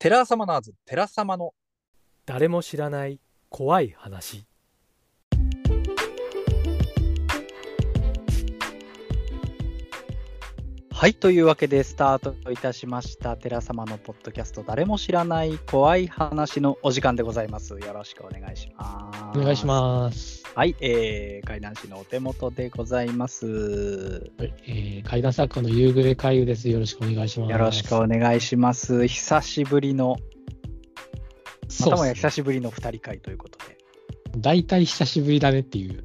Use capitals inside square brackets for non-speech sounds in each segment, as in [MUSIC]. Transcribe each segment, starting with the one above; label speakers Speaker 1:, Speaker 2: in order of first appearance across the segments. Speaker 1: テラサマナーズ、テラサマの。
Speaker 2: 誰も知らない怖い話
Speaker 3: はい、というわけでスタートいたしました。寺様のポッドキャスト、誰も知らない怖い話のお時間でございます。よろしくお願いします。
Speaker 4: お願いします。
Speaker 3: す。はい、えー、海南市のお手元でございます。
Speaker 4: はい、えー、怪談作家の夕暮れ海遊です。よろしくお願いします。
Speaker 3: よろしくお願いします。久しぶりの、ま
Speaker 4: そう
Speaker 3: た
Speaker 4: っす
Speaker 3: も
Speaker 4: ね
Speaker 3: や久しぶりの2人会ということで。
Speaker 4: 大体久しぶりだねっていう。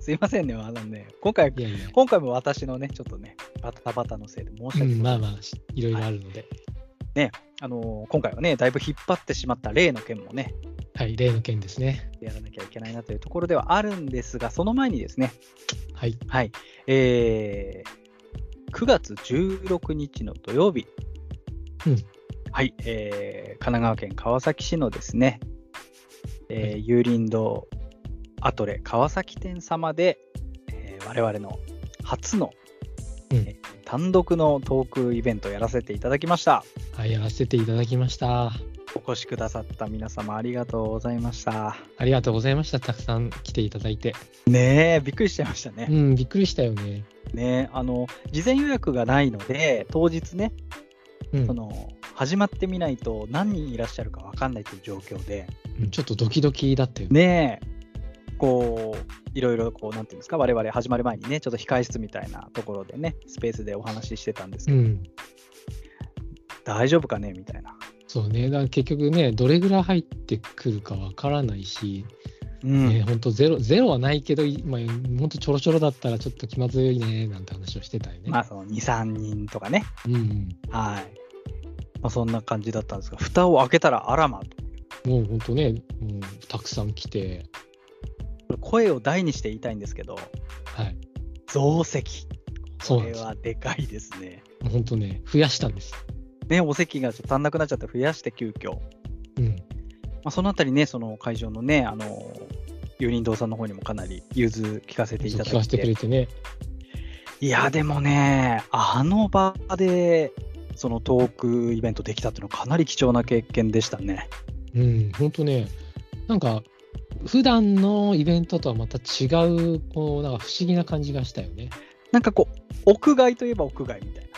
Speaker 3: すいませんね、あのね、今回、
Speaker 4: いやいや。
Speaker 3: 今回も私のね、ちょっとね、バタバタのせいで申し訳
Speaker 4: う
Speaker 3: ございません
Speaker 4: ん、まあまあ、しいろいろあるので。
Speaker 3: あのー今回はね、だいぶ引っ張ってしまった例の件もね、
Speaker 4: はい、例の件ですね。
Speaker 3: やらなきゃいけないなというところではあるんですが、その前にですね、
Speaker 4: はい。
Speaker 3: はい、えー9月16日の土曜日、
Speaker 4: うん
Speaker 3: はい、えー神奈川県川崎市のですね、えー、有林堂アトレ川崎店様で、えー我々の初の、
Speaker 4: うん
Speaker 3: えー単独のトークイベントをやらせていただきました。
Speaker 4: はい、やらせていただきました。
Speaker 3: お越しくださった皆様ありがとうございました。
Speaker 4: ありがとうございました。たくさん来ていただいて。
Speaker 3: ねえ、びっくりしちゃいましたね
Speaker 4: う。ん、びっくりしたよね。
Speaker 3: ねあの事前予約がないので当日ね、
Speaker 4: うん
Speaker 3: そ。の始まってみないと何人いらっしゃるか分かんないという状況で
Speaker 4: うんちょっとドキドキだったよね。
Speaker 3: ねこういろいろこうなんていうんですか我々始まる前にねちょっと控え室みたいなところでねスペースでお話ししてたんです
Speaker 4: う
Speaker 3: けど、
Speaker 4: ん。
Speaker 3: 大丈夫かねみたいな、
Speaker 4: そうね。だから結局ね、どれぐらい入ってくるかわからないし、
Speaker 3: うん
Speaker 4: ね、本当ゼロ、ゼロはないけど、今、本当ちょろちょろだったらちょっと気まずいね、なんて話をしてたよね。
Speaker 3: まあその23人とかね
Speaker 4: うんうん。
Speaker 3: はい、まあ、そんな感じだったんですが蓋を開けたらあらまと
Speaker 4: もう本当ね、もうたくさん来て、
Speaker 3: 声を大にして言いたいんですけど
Speaker 4: はい、
Speaker 3: 増席
Speaker 4: そう
Speaker 3: こ
Speaker 4: なん
Speaker 3: れ
Speaker 4: です。も
Speaker 3: はでかいですね
Speaker 4: う本当ね、増やしたんです。
Speaker 3: ね、お席がちょっと足んなくなっちゃって増やして急遽、ま
Speaker 4: うん、
Speaker 3: あ、そのあたりね、その会場のね、あの、有林堂さんの方にもかなり融通聞かせてい
Speaker 4: そう
Speaker 3: た
Speaker 4: 聞
Speaker 3: だ
Speaker 4: か
Speaker 3: い
Speaker 4: せて
Speaker 3: て、
Speaker 4: くれてね、
Speaker 3: いや、でもね、あの場で、そのトークイベントできたっていうのはかなり貴重な経験でしたね。
Speaker 4: うん、本当ね、なんか、普段のイベントとはまた違う、こう、なんか不思議な感じがしたよね。
Speaker 3: なんかこう、屋外といえば屋外みたいな。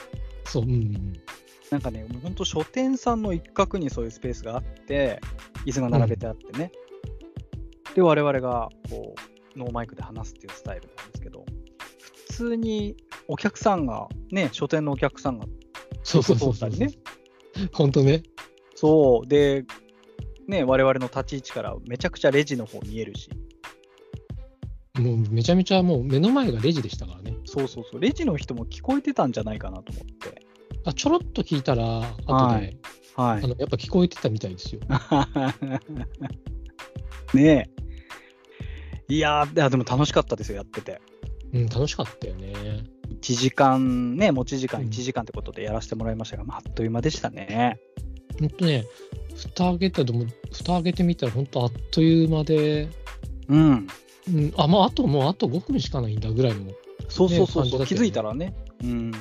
Speaker 4: そう、うんうん、
Speaker 3: なんかね、もう本当書店さんの一角にそういうスペースがあって、椅子が並べてあってね。で、我々がこう、ノーマイクで話すっていうスタイルなんですけど、普通にお客さんが、ね、書店のお客さんが、
Speaker 4: そうそうそうそう。
Speaker 3: 通ったり
Speaker 4: 本当ね、
Speaker 3: そう、で、ね、我々の立ち位置からめちゃくちゃレジの方見えるし、
Speaker 4: もうめちゃめちゃもう目の前がレジでしたからね。
Speaker 3: そうそうそう、レジの人も聞こえてたんじゃないかなと思って。
Speaker 4: あちょろっと聞いたら、後で、
Speaker 3: はい [LAUGHS] は
Speaker 4: あのやっぱ聞こえてたみたいですよ。
Speaker 3: い。ねえ。いやー、いやでも楽しかったですよ、やってて。
Speaker 4: うん、楽しかったよね。
Speaker 3: 1時間ね、持ち時間
Speaker 4: うん
Speaker 3: 1時間ってことでやらせてもらいましたが、まあ、あっという間でしたね。
Speaker 4: 本当ね、蓋開けたとも、蓋開けてみたら、本当あっという間で、
Speaker 3: うん。
Speaker 4: うん、あ、まあ、あともうあと5分しかないんだぐらいの。
Speaker 3: そうそうそうそう、
Speaker 4: ね感じだったよね
Speaker 3: 気づいたらね。うん。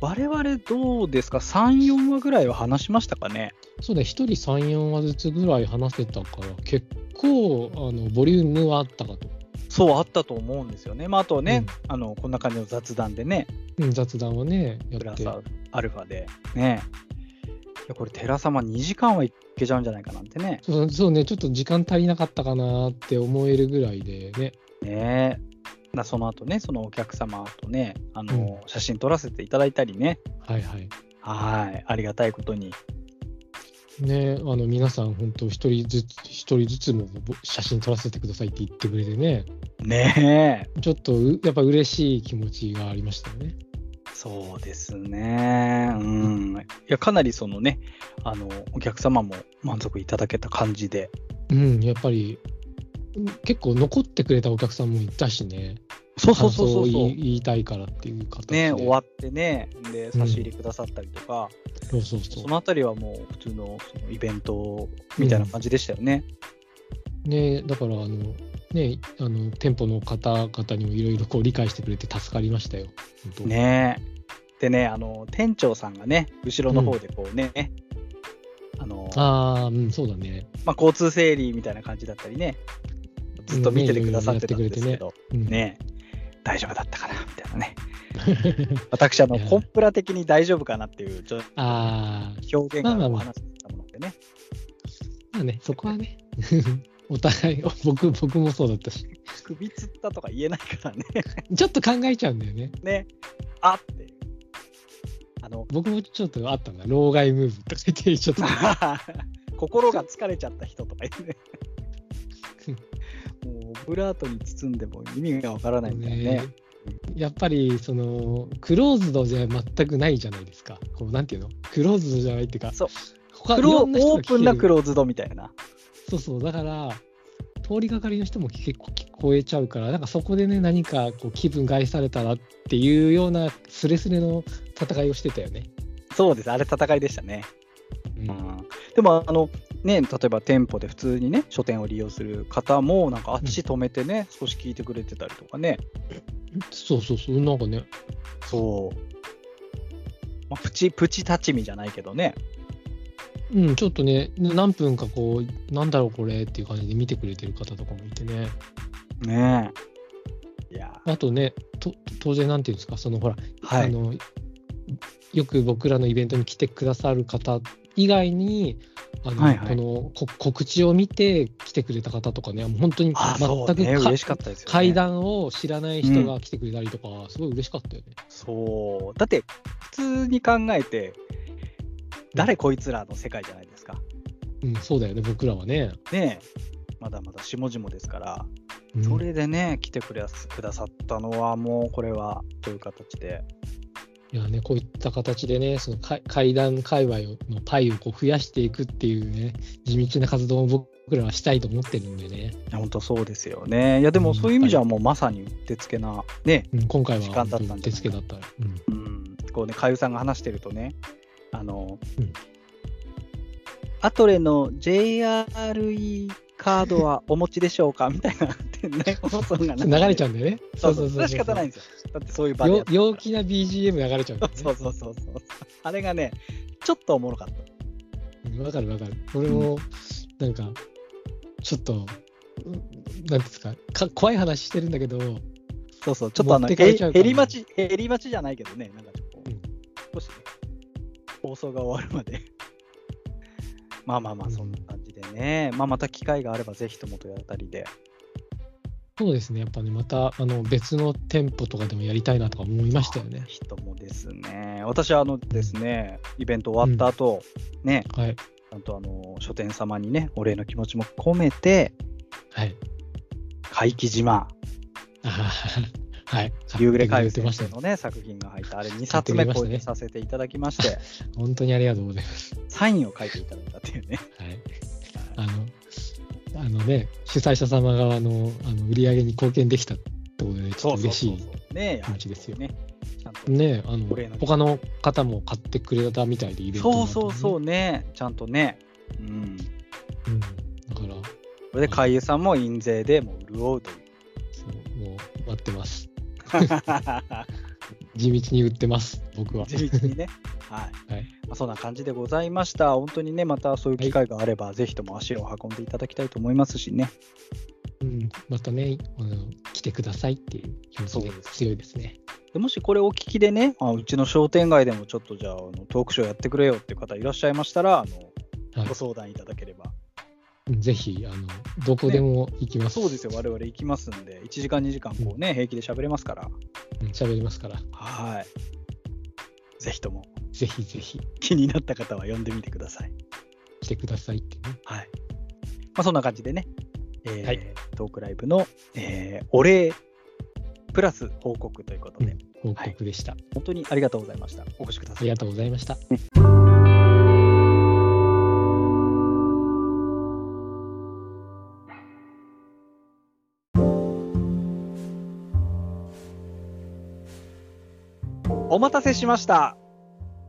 Speaker 3: 我々どうですか ?3、4話ぐらいは話しましたかね
Speaker 4: そうね、1人3、4話ずつぐらい話せたから、結構、あの、ボリュームはあったかと。
Speaker 3: そう、あったと思うんですよね。まあ、あとはね、あの、こんな感じの雑談でね、
Speaker 4: うん、雑談をね、や
Speaker 3: プラ
Speaker 4: って
Speaker 3: ス。アルファで。ね。いや、これ、寺様2時間はいけちゃうんじゃないかなんてね。
Speaker 4: そうそうね、ちょっと時間足りなかったかなって思えるぐらいでね。
Speaker 3: ねなその後ね、そのお客様とね、あの、写真撮らせていただいたりね。
Speaker 4: はいはい。
Speaker 3: はい。ありがたいことに。
Speaker 4: ね、あの、皆さん、本当一人ずつ、一人ずつもぼ写真撮らせてくださいって言ってくれてね、
Speaker 3: ねえ。
Speaker 4: ちょっとう、やっぱ嬉しい気持ちがありましたよね。
Speaker 3: そうですね。うん。いや、かなりそのね、あの、お客様も満足いただけた感じで。
Speaker 4: うん、やっぱり、うん結構残ってくれたお客さんもいたしね、
Speaker 3: そうそうそうそう
Speaker 4: 感想
Speaker 3: そ
Speaker 4: を
Speaker 3: う。
Speaker 4: 言い言いたいからっていう形で。
Speaker 3: ね、終わってね、で、差し入れくださったりとか、
Speaker 4: そうそうそ
Speaker 3: そのあたりはもう普通のそのイベントみたいな感じでしたよね。
Speaker 4: う。ね、だから、あの、ね、あの店舗の方々にもいろいろこう理解してくれて助かりましたよ。本当
Speaker 3: ねでね、あの、店長さんがね、後ろの方でこうね、あの、
Speaker 4: ああ、うん、そうだね。
Speaker 3: まあ、交通整理みたいな感じだったりね、ずっと見ててくださってたんですけど、
Speaker 4: うん、
Speaker 3: ね、大丈夫だったかな、みたいなね。私、あの、コンプラ的に大丈夫かなっていうちょ
Speaker 4: ああ、
Speaker 3: 表現
Speaker 4: ま
Speaker 3: が
Speaker 4: あ
Speaker 3: お
Speaker 4: まあ
Speaker 3: 話だったものでね。
Speaker 4: まあね、そこはね、 [LAUGHS] お互い、僕、僕もそうだったし、
Speaker 3: 首つったとか言えないからね。 [LAUGHS]
Speaker 4: ちょっと考えちゃうんだよね。
Speaker 3: ね。あっていう。あの、
Speaker 4: 僕もちょっとあったんだ、老害ムーブとか言って、ちょっと、
Speaker 3: [LAUGHS] 心が疲れちゃった人とか言うね。もう、オブラートに包んでも意味がわからないんだよね。
Speaker 4: やっぱり、その、クローズドじゃ全くないじゃないですか。こう、なんていうのクローズドじゃないっていうか、
Speaker 3: そう
Speaker 4: 他
Speaker 3: ク
Speaker 4: い
Speaker 3: ロ
Speaker 4: ろんな人
Speaker 3: オ
Speaker 4: が
Speaker 3: ー
Speaker 4: 来てる
Speaker 3: プンなクローズドみたいな。
Speaker 4: そうそう、だから、通りがかりの人も結構聞こえちゃうから、なんかそこでね、何かこう気分害されたらっていうような、スレスレの戦いをしてたよね。
Speaker 3: そうです、あれ戦いでしたね。
Speaker 4: う
Speaker 3: うんん、でもあの、ね、例えば店舗で普通にね、書店を利用する方も、なんか足止めてね、少し聞いてくれてたりとかね。
Speaker 4: そうそうそう、なんかね、
Speaker 3: そう。まあ、プチ、プチ立ち見じゃないけどね。
Speaker 4: うん、ちょっとね、何分かこう、なんだろうこれっていう感じで見てくれてる方とかもいてね。
Speaker 3: ねえ。いや
Speaker 4: あとね、と当然、なんていうんですか、そのほら、
Speaker 3: ー、は
Speaker 4: あ
Speaker 3: い。
Speaker 4: の、よく僕らのイベントに来てくださる方以外に、あの
Speaker 3: はいはい
Speaker 4: このこ告知を見て来てくれた方とかね、もう本当に
Speaker 3: あ、
Speaker 4: 全
Speaker 3: そう
Speaker 4: く
Speaker 3: ね、
Speaker 4: か
Speaker 3: 嬉しかったですよ、ね。
Speaker 4: 階。段を知らない人が来てくれたりとか、すごい嬉しかったよね。
Speaker 3: そう。だって、普通に考えて、誰こいつらの世界じゃないですか。
Speaker 4: うん、そうだよね、僕らはね。
Speaker 3: ねえ。まだまだ下々ですから。
Speaker 4: うん
Speaker 3: それでね、来てくれすくださったのは、もうこれはという形で、
Speaker 4: いやね、こういった形でね、そのか階段界隈のパイをこう増やしていくっていうね、地道な活動を僕らはしたいと思ってるんでね、
Speaker 3: いや本当そうですよね。いや、でもそういう意味じゃ、もうまさにうってつけな、ね、
Speaker 4: うん、今回は
Speaker 3: 時間だったんじゃない
Speaker 4: 手付けだったら。うん
Speaker 3: うん、こうね、かゆさんが話してるとね、あの、
Speaker 4: うん
Speaker 3: アトレの JRE カードはお持ちでしょうかみたいな、ってね、
Speaker 4: [LAUGHS]
Speaker 3: 放送が
Speaker 4: 流れちゃ
Speaker 3: う。
Speaker 4: うんだよね。
Speaker 3: そうそう、それは仕方ないん
Speaker 4: よ。
Speaker 3: ですよ。だってそういう場でや
Speaker 4: 陽
Speaker 3: ってるから
Speaker 4: 陽気な BGM 流れちゃうんだよね
Speaker 3: そうそうそうそう。あれがね、ちょっとおもろかった。 [LAUGHS]
Speaker 4: うん。わかるわかる。俺も、なんか、ちょっと、うんなんていうんですかか、怖い話してるんだけど、
Speaker 3: そうそう、ちょっとあ
Speaker 4: 持
Speaker 3: の、
Speaker 4: ってかれ
Speaker 3: へ
Speaker 4: ちゃうか
Speaker 3: 減
Speaker 4: らね
Speaker 3: り待ち、減り待ちじゃないけどね、なんかちょっとこう、
Speaker 4: うん
Speaker 3: 少しね、放送が終わるまで。 [LAUGHS] まあまあま
Speaker 4: う
Speaker 3: あ、
Speaker 4: ん
Speaker 3: そんな感じでね、まあまた機会があれば、ぜひともとやったりで。
Speaker 4: そうですね、やっぱね、またあの別の店舗とかでもやりたいなとか思いましたよね。
Speaker 3: 人もですね、私はあのですね、イベント終わった後、ね、
Speaker 4: はい。
Speaker 3: ちゃんとあの、書店様にね、お礼の気持ちも込めて、
Speaker 4: はい。
Speaker 3: 怪奇島、
Speaker 4: あーはい。
Speaker 3: 夕暮れ
Speaker 4: 買
Speaker 3: 海
Speaker 4: っ
Speaker 3: 遊
Speaker 4: てく
Speaker 3: 先
Speaker 4: れてました
Speaker 3: 生
Speaker 4: ね。
Speaker 3: のね、作品が入った、あれ2
Speaker 4: 買って
Speaker 3: 冊
Speaker 4: くれ
Speaker 3: 目
Speaker 4: ました
Speaker 3: 購
Speaker 4: ね
Speaker 3: 入させていただきま [LAUGHS] して、
Speaker 4: 本当にありがとうございます。
Speaker 3: サインを書いていただいたっていうね。
Speaker 4: はい。あの、あのね、主催者様側のあの売り上げに貢献できたってことで、ちょっと嬉しい。
Speaker 3: そうそうそうそうね
Speaker 4: 気持ちですよ
Speaker 3: ね。ちゃんと
Speaker 4: ねあの
Speaker 3: お礼の
Speaker 4: 他の方も買ってくれたみたいでイベント
Speaker 3: そ
Speaker 4: の
Speaker 3: う
Speaker 4: 後
Speaker 3: そ
Speaker 4: も
Speaker 3: うそ
Speaker 4: ね
Speaker 3: うね、ちゃんとね。うん。
Speaker 4: うん、だから
Speaker 3: それで、海優さんも印税でもう潤 [LAUGHS] うという。
Speaker 4: そうもう待ってます地道に売ってます僕は
Speaker 3: 地道にね。はい。
Speaker 4: はい
Speaker 3: まあ、そんな感じでございました。本当にね、またそういう機会があれば、ぜひとも足を運んでいただきたいと思いますしね。
Speaker 4: うん、またねあの来てくださいっていう気持ち
Speaker 3: そう
Speaker 4: が
Speaker 3: です
Speaker 4: 強いですね
Speaker 3: でもしこれお聞きでね、あうちの商店街でもちょっとじゃああのトークショーやってくれよっていう方いらっしゃいましたら、あの
Speaker 4: はい
Speaker 3: ご相談いただければ。
Speaker 4: うんぜひあのどこでも行きます、
Speaker 3: そうですよ、我々行きますんで、1時間、2時間、こうね、平気で喋れますから。
Speaker 4: うん喋りますから
Speaker 3: はい。ぜひとも
Speaker 4: ぜひぜひ
Speaker 3: 気になった方は呼んでみてください。
Speaker 4: 来てくださいってね
Speaker 3: はい。まあ、そんな感じでね、えー
Speaker 4: はい
Speaker 3: トークライブの、えーお礼プラス報告ということで、
Speaker 4: うん報告でした、
Speaker 3: 本当にありがとうございました。お越しくだ
Speaker 4: あ
Speaker 3: さ
Speaker 4: り
Speaker 3: い。
Speaker 4: がとうございました
Speaker 3: お待たせしました。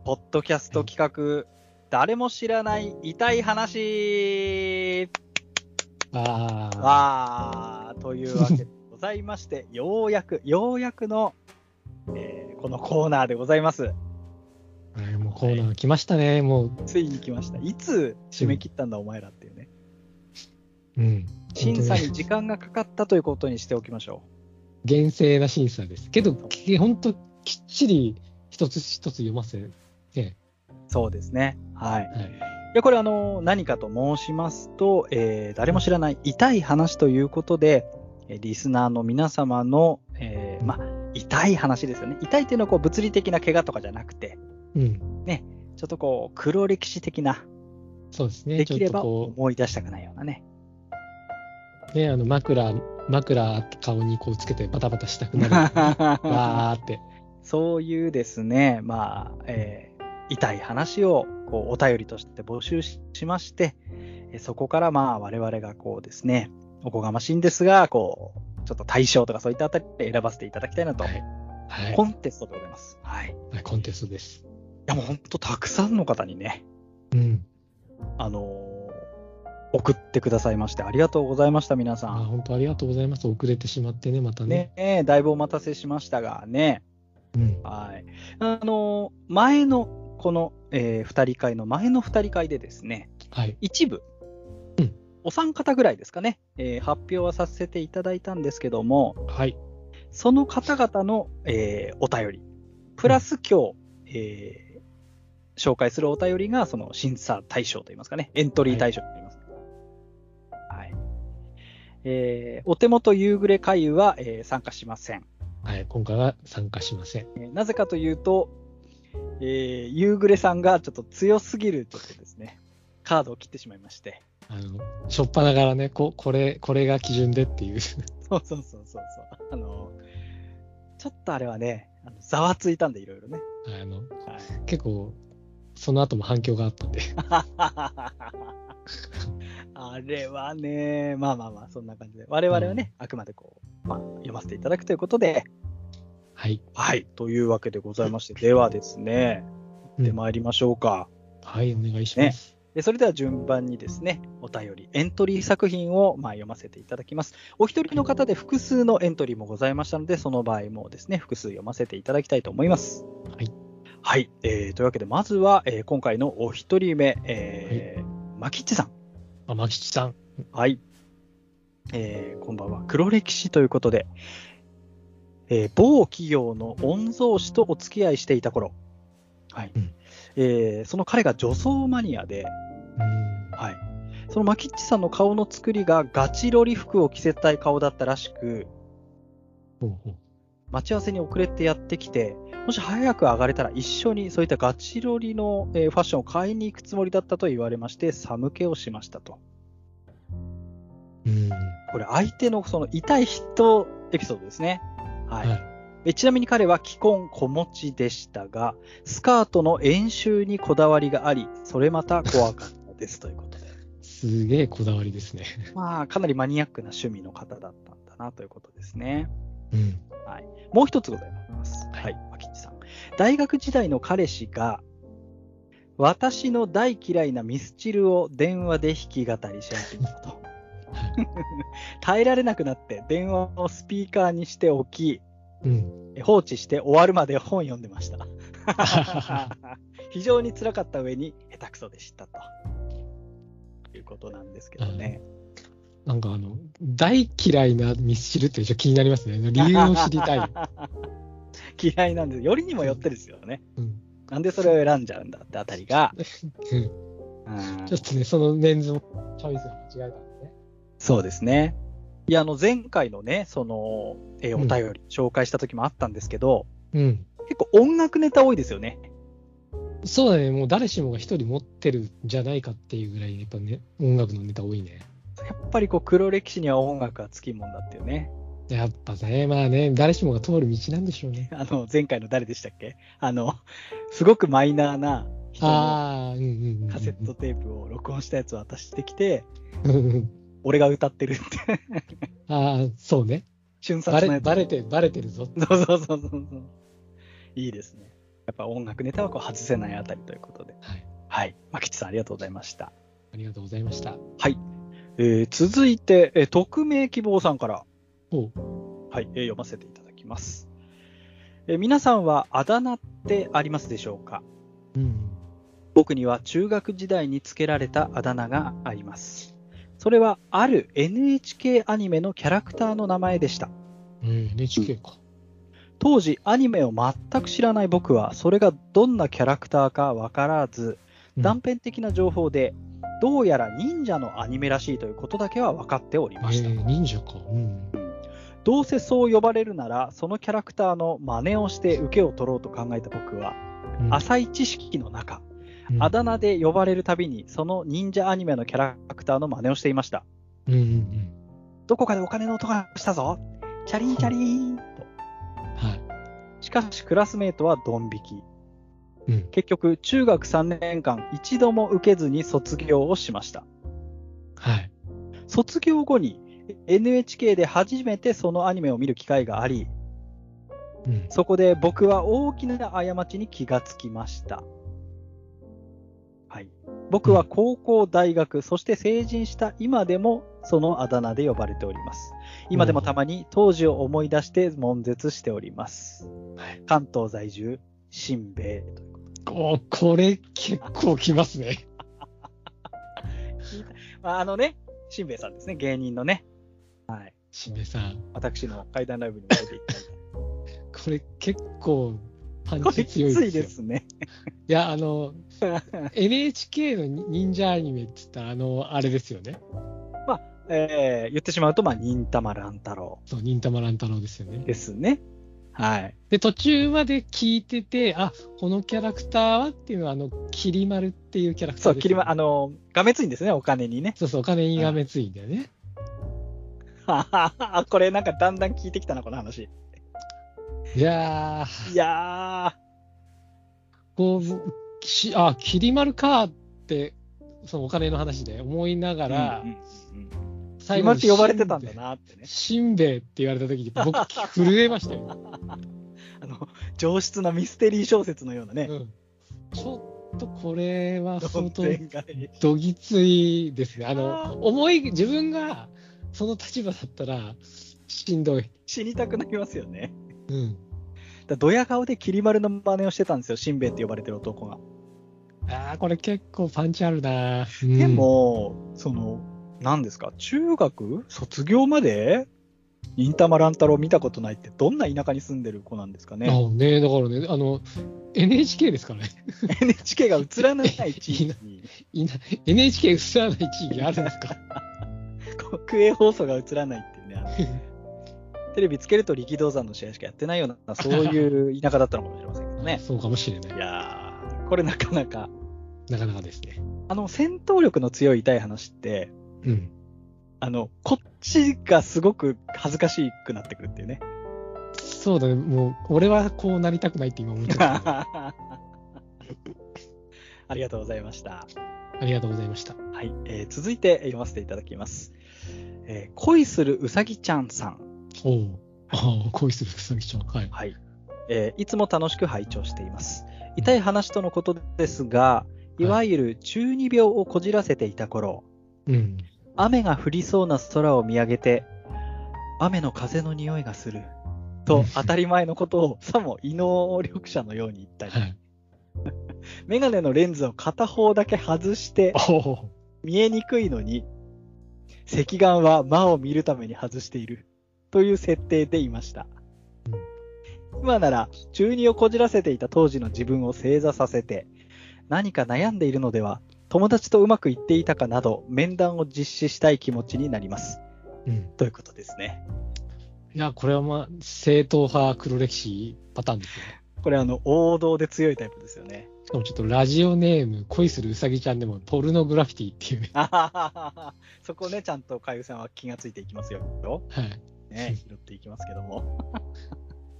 Speaker 3: ポッドキャスト企画、誰も知らない痛い話
Speaker 4: あー
Speaker 3: わーというわけでございまして、ようやく、ようやくのえーこのコーナーでございます。
Speaker 4: はいもうコーナー来ましたね。もう、
Speaker 3: ついに来ました。いつ締め切ったんだ、お前らっていうね。
Speaker 4: うん。
Speaker 3: 審査に時間がかかったということにしておきましょ
Speaker 4: 厳正な審査です。けど、本当きっちり一つ一つ読ませ、ね。
Speaker 3: う。そうですね。はい。
Speaker 4: はい。
Speaker 3: いや、これあの、何かと申しますと、えー誰も知らない痛い話ということで、えーリスナーの皆様の、えーまあ、痛い話ですよね。痛いっていうのはこう物理的な怪我とかじゃなくて、
Speaker 4: うん。
Speaker 3: ちょっとこう、黒歴史的な、
Speaker 4: そうですね。
Speaker 3: できれ
Speaker 4: ちょっ
Speaker 3: ば
Speaker 4: とこ
Speaker 3: 思い出したくないようなね。
Speaker 4: う、ね、あの、枕、枕顔にこうつけてバタバタした
Speaker 3: [LAUGHS]
Speaker 4: くなる。わーって。
Speaker 3: そういうですね、まあ、えー痛い話をこうお便りとして募集ししまして、えーそこからまあ我々がこうですね、おこがましいんですが、こう、ちょっと対象とかそういったあたりで選ばせていただきたいなと、
Speaker 4: はい。はい
Speaker 3: コンテストでございます。はい。い
Speaker 4: はい。コンテストです。
Speaker 3: やもう本当たくさんの方にね、
Speaker 4: うん。
Speaker 3: あのー送ってくださいまして、ありがとうございました、皆さ
Speaker 4: あ
Speaker 3: ん。
Speaker 4: 本当ありがとうございます。遅れてしまってね、またね。
Speaker 3: ねえ、だいぶお待たせしましたがね、
Speaker 4: うん。
Speaker 3: はい。あの、前の、この、えー二人会の前の二人会でですね、
Speaker 4: はい。
Speaker 3: 一部、
Speaker 4: うん
Speaker 3: お三方ぐらいですかね、えー発表はさせていただいたんですけども、
Speaker 4: はい。
Speaker 3: その方々の、えーお便り、プラス今日、えー紹介するお便りが、その審査対象といいますかね、エントリー対象といいますか。はい。えーお手元夕暮れ会は、えー参加しません。
Speaker 4: はい。今回は参加しません。
Speaker 3: えーなぜかというと、えー夕暮れさんがちょっと強すぎるちょっとですね、カードを切ってしまいまして。
Speaker 4: あの、しょっぱながらね、こ、これ、これが基準でっていう。 [LAUGHS]
Speaker 3: そうそうそうそうそう。あの、ちょっとあれはね、あのざわついたんでいろいろね。 [LAUGHS]
Speaker 4: あの、
Speaker 3: はい
Speaker 4: 結構、その後も反響があったんで。
Speaker 3: あれはね、まあまあまあ、そんな感じで。我々はね、あくまでこう、まあ、読ませていただくということで、
Speaker 4: はい。
Speaker 3: はい、というわけでございまして、ではですね、
Speaker 4: う
Speaker 3: 行
Speaker 4: ん
Speaker 3: ってまいりましょうか。
Speaker 4: はい、お願いします。
Speaker 3: でそれでは順番にですね、お便り、エントリー作品をまあ読ませていただきます。お一人の方で複数のエントリーもございましたので、その場合もですね、複数読ませていただきたいと思います。
Speaker 4: はい。
Speaker 3: はい。えー、というわけで、まずは、えー今回のお一人目、えーマキッチさん。
Speaker 4: あ、マキチさん。
Speaker 3: はい。えーこんばんは。黒歴史ということで、えー某企業の御曹司とお付き合いしていた頃、はい
Speaker 4: うん
Speaker 3: えーその彼が女装マニアで、
Speaker 4: うん。
Speaker 3: はい、そのマキッチさんの顔の作りがガチロリ服を着せたい顔だったらしく
Speaker 4: ほうほう。
Speaker 3: 待ち合わせに遅れてやってきてもし早く上がれたら一緒にそういったガチロリの、えーファッションを買いに行くつもりだったと言われまして寒気をしましたと
Speaker 4: うん。
Speaker 3: これ相手のその痛い人エピソードですねはい、
Speaker 4: はい
Speaker 3: えちなみに彼は既婚子持ちでしたがスカートの円周にこだわりがありそれまた怖かったですということです
Speaker 4: げえこだわりですね。
Speaker 3: まあ、かなりマニアックな趣味の方だったんだなということですね。
Speaker 4: うん。
Speaker 3: もう一つございます。
Speaker 4: はい
Speaker 3: はい、マキッチさん。大学時代の彼氏が、私の大嫌いなミスチルを電話で弾き語りし始めた
Speaker 4: [LAUGHS]
Speaker 3: と。耐えられなくなって電話をスピーカーにしておき、
Speaker 4: うん。
Speaker 3: 放置して終わるまで本読んでました。非常に辛かった上に下手くそでしたと。ということなんですけどね。
Speaker 4: なんかあの、大嫌いなミスチルってちょっと気になりますね。理由を知り
Speaker 3: [LAUGHS]
Speaker 4: たい。
Speaker 3: 嫌いなんです。よりにもよってですよね。
Speaker 4: うん。
Speaker 3: なんでそれを選んじゃうんだってあたりが。
Speaker 4: うん
Speaker 3: うん
Speaker 4: ちょっとね、そのメンズもチョイスが間違えたんでね。
Speaker 3: そうですね。いや、あの、前回のね、その、えーお
Speaker 4: うん
Speaker 3: 便り紹介した時もあったんですけど、
Speaker 4: うん。
Speaker 3: 結構音楽ネタ多いですよね。
Speaker 4: そうだね、もう誰しもが一人持ってるんじゃないかっていうぐらい、やっぱね、音楽のネタ多いね。
Speaker 3: やっぱりこう、黒歴史には音楽はつきもんだっていうね。
Speaker 4: やっぱね、まあね、誰しもが通る道なんでしょうね。
Speaker 3: あの、前回の誰でしたっけあの、すごくマイナーな人の
Speaker 4: ああ、うんうんうんうん。
Speaker 3: カセットテープを録音したやつを渡してきて、
Speaker 4: うんうん。
Speaker 3: 俺が歌ってるって、 [LAUGHS]
Speaker 4: ああ、そうね。
Speaker 3: 瞬
Speaker 4: バ
Speaker 3: 殺の
Speaker 4: レ
Speaker 3: やつ。
Speaker 4: バレて、バレてるぞ。
Speaker 3: そうそうそうそうそう。いいですね。やっぱ音楽ネタはこう外せないあたりということで。
Speaker 4: はい。
Speaker 3: はい。マキチさんありがとうございました。
Speaker 4: ありがとうございました。
Speaker 3: えー続いて、えー匿名希望さんから、
Speaker 4: おう
Speaker 3: はい、えー読ませていただきます。えー皆さんはあだ名ってありますでしょうか
Speaker 4: うん。
Speaker 3: 僕には中学時代につけられたあだ名があります。それはある NHK アニメのキャラクターの名前でした。
Speaker 4: うん、NHK か。
Speaker 3: 当時アニメを全く知らない僕はそれがどんなキャラクターかわからず
Speaker 4: うん
Speaker 3: 断片的な情報でどうやら忍者のアニメらしいということだけは分かっており
Speaker 4: え
Speaker 3: ました。
Speaker 4: ー、忍者か。うん。
Speaker 3: どうせそう呼ばれるならそのキャラクターの真似をして受けを取ろうと考えた僕は
Speaker 4: うん、
Speaker 3: 浅い知識の中
Speaker 4: うん
Speaker 3: あだ名で呼ばれるたびにその忍者アニメのキャラクターの真似をしていました。
Speaker 4: うんうんうん。
Speaker 3: どこかでお金の音がしたぞチャリンチャリーンと。
Speaker 4: はい。
Speaker 3: しかしクラスメートはドン引き。
Speaker 4: うん
Speaker 3: 結局、中学3年間一度も受けずに卒業をしました。
Speaker 4: はい。
Speaker 3: 卒業後に NHK で初めてそのアニメを見る機会があり、
Speaker 4: うん。
Speaker 3: そこで僕は大きな過ちに気がつきました。はい。僕は高校、大学、そして成人した今でもそのあだ名で呼ばれております。今でもたまに当時を思い出して悶絶しております。
Speaker 4: はい
Speaker 3: 関東在住、しんべヱということ
Speaker 4: おーこれ結構きますね。
Speaker 3: まあ、あのね、しんべヱさんですね、芸人のね。はい。
Speaker 4: しめさん。
Speaker 3: 私の怪談ライブにも出ていただいて。
Speaker 4: [LAUGHS] これ結構パン
Speaker 3: これ
Speaker 4: チ
Speaker 3: き
Speaker 4: 強いです
Speaker 3: つ
Speaker 4: よ
Speaker 3: いですね。
Speaker 4: いやあの NHK の忍者アニメって言ったらあのあれですよね
Speaker 3: えー言ってしまうと、まあ、忍たま乱太郎
Speaker 4: そう忍たま乱太郎ですよね
Speaker 3: ですね。はい。
Speaker 4: で途中まで聞いててあこのキャラクターはっていうのはあのきり丸っていうキャラクタ
Speaker 3: そ
Speaker 4: ー
Speaker 3: う、
Speaker 4: ですよね、
Speaker 3: 切りま、あの、がめついんですね、お金にね。 [LAUGHS]
Speaker 4: そうそうお金にがめついんだよね
Speaker 3: ははははこれなんかだんだん聞いてきたな、この話。
Speaker 4: いやー
Speaker 3: いや
Speaker 4: こうきあきり丸かってそのお金の話で思いなが
Speaker 3: ー。
Speaker 4: ら、
Speaker 3: うんうんうん
Speaker 4: 最
Speaker 3: 今
Speaker 4: 後
Speaker 3: って呼ばれてたんだなってね。
Speaker 4: しんべヱって言われた時に僕震えまし
Speaker 3: [LAUGHS]
Speaker 4: たよ
Speaker 3: あの、上質なミステリー小説のようなね。
Speaker 4: うんちょっとこれは相
Speaker 3: ど
Speaker 4: 当
Speaker 3: んでん返し
Speaker 4: どぎついですね。あ
Speaker 3: あー
Speaker 4: の、思い、自分がその立場だったらしんどい。
Speaker 3: 死にたくなりますよね。
Speaker 4: うん。
Speaker 3: だドヤ顔できり丸の真似をしてたんですよ、しんべヱって呼ばれてる男が。
Speaker 4: ああ、これ結構パンチあるな。
Speaker 3: で、も、その、何ですか、中学卒業まで忍たま乱太郎見たことないって、どんな田舎に住んでる子なんですか
Speaker 4: う
Speaker 3: ね
Speaker 4: ん。
Speaker 3: [LAUGHS]
Speaker 4: あねだからね、あの、NHK ですからね。
Speaker 3: NHK が映らない地域に。
Speaker 4: いな NHK 映らない地域あるんですか
Speaker 3: 国営放送が映らないっていうね、あのテレビつけると力道山の試合しかやってないような、そういう田舎だったのかもしれませんけど [LAUGHS]
Speaker 4: [LAUGHS]
Speaker 3: ね。
Speaker 4: そうかもしれ
Speaker 3: い
Speaker 4: ない。
Speaker 3: やー、これなかなか、
Speaker 4: なかなかですね。
Speaker 3: あの、戦闘力の強い痛い話って、
Speaker 4: うん。
Speaker 3: あの、こっちがすごく恥ずかしくなってくるっていうね。
Speaker 4: そうだね。もう、俺はこうなりたくないって今思っちゃ
Speaker 3: [LAUGHS]
Speaker 4: ったけど。
Speaker 3: ありがとうございました。
Speaker 4: ありがとうございました。
Speaker 3: はい、えー続いて読ませていただきます。えー恋するうさぎちゃんさん。
Speaker 4: おうああ、恋するふさぎちゃん。はい。
Speaker 3: はい、えーいつも楽しく拝聴しています。痛い話とのことですが、
Speaker 4: い
Speaker 3: いわゆる中二病をこじらせていた頃、
Speaker 4: うん。
Speaker 3: 雨が降りそうな空を見上げて、雨の風の匂いがする。と当たり前のことをさも異能力者のように言ったり、
Speaker 4: はい。
Speaker 3: メガネのレンズを片方だけ外して
Speaker 4: おお。
Speaker 3: 見えにくいのに、赤眼は魔を見るために外しているという設定でいました。今なら中二をこじらせていた当時の自分を正座させて、何か悩んでいるのでは、友達とうまくいっていたかなど面談を実施したい気持ちになります。
Speaker 4: うん。
Speaker 3: ということですね。
Speaker 4: いや、これはまあ、正統派黒歴史パターンですよね。
Speaker 3: これあの王道で強いタイプですよね。
Speaker 4: しかもちょっとラジオネーム、恋するうさぎちゃんでも、ポルノグラフィティっていうね。
Speaker 3: あははははそこね、ちゃんとかゆさんは気がついていきますよ。
Speaker 4: はい。 [LAUGHS]
Speaker 3: ね、拾っていきますけども。 [LAUGHS]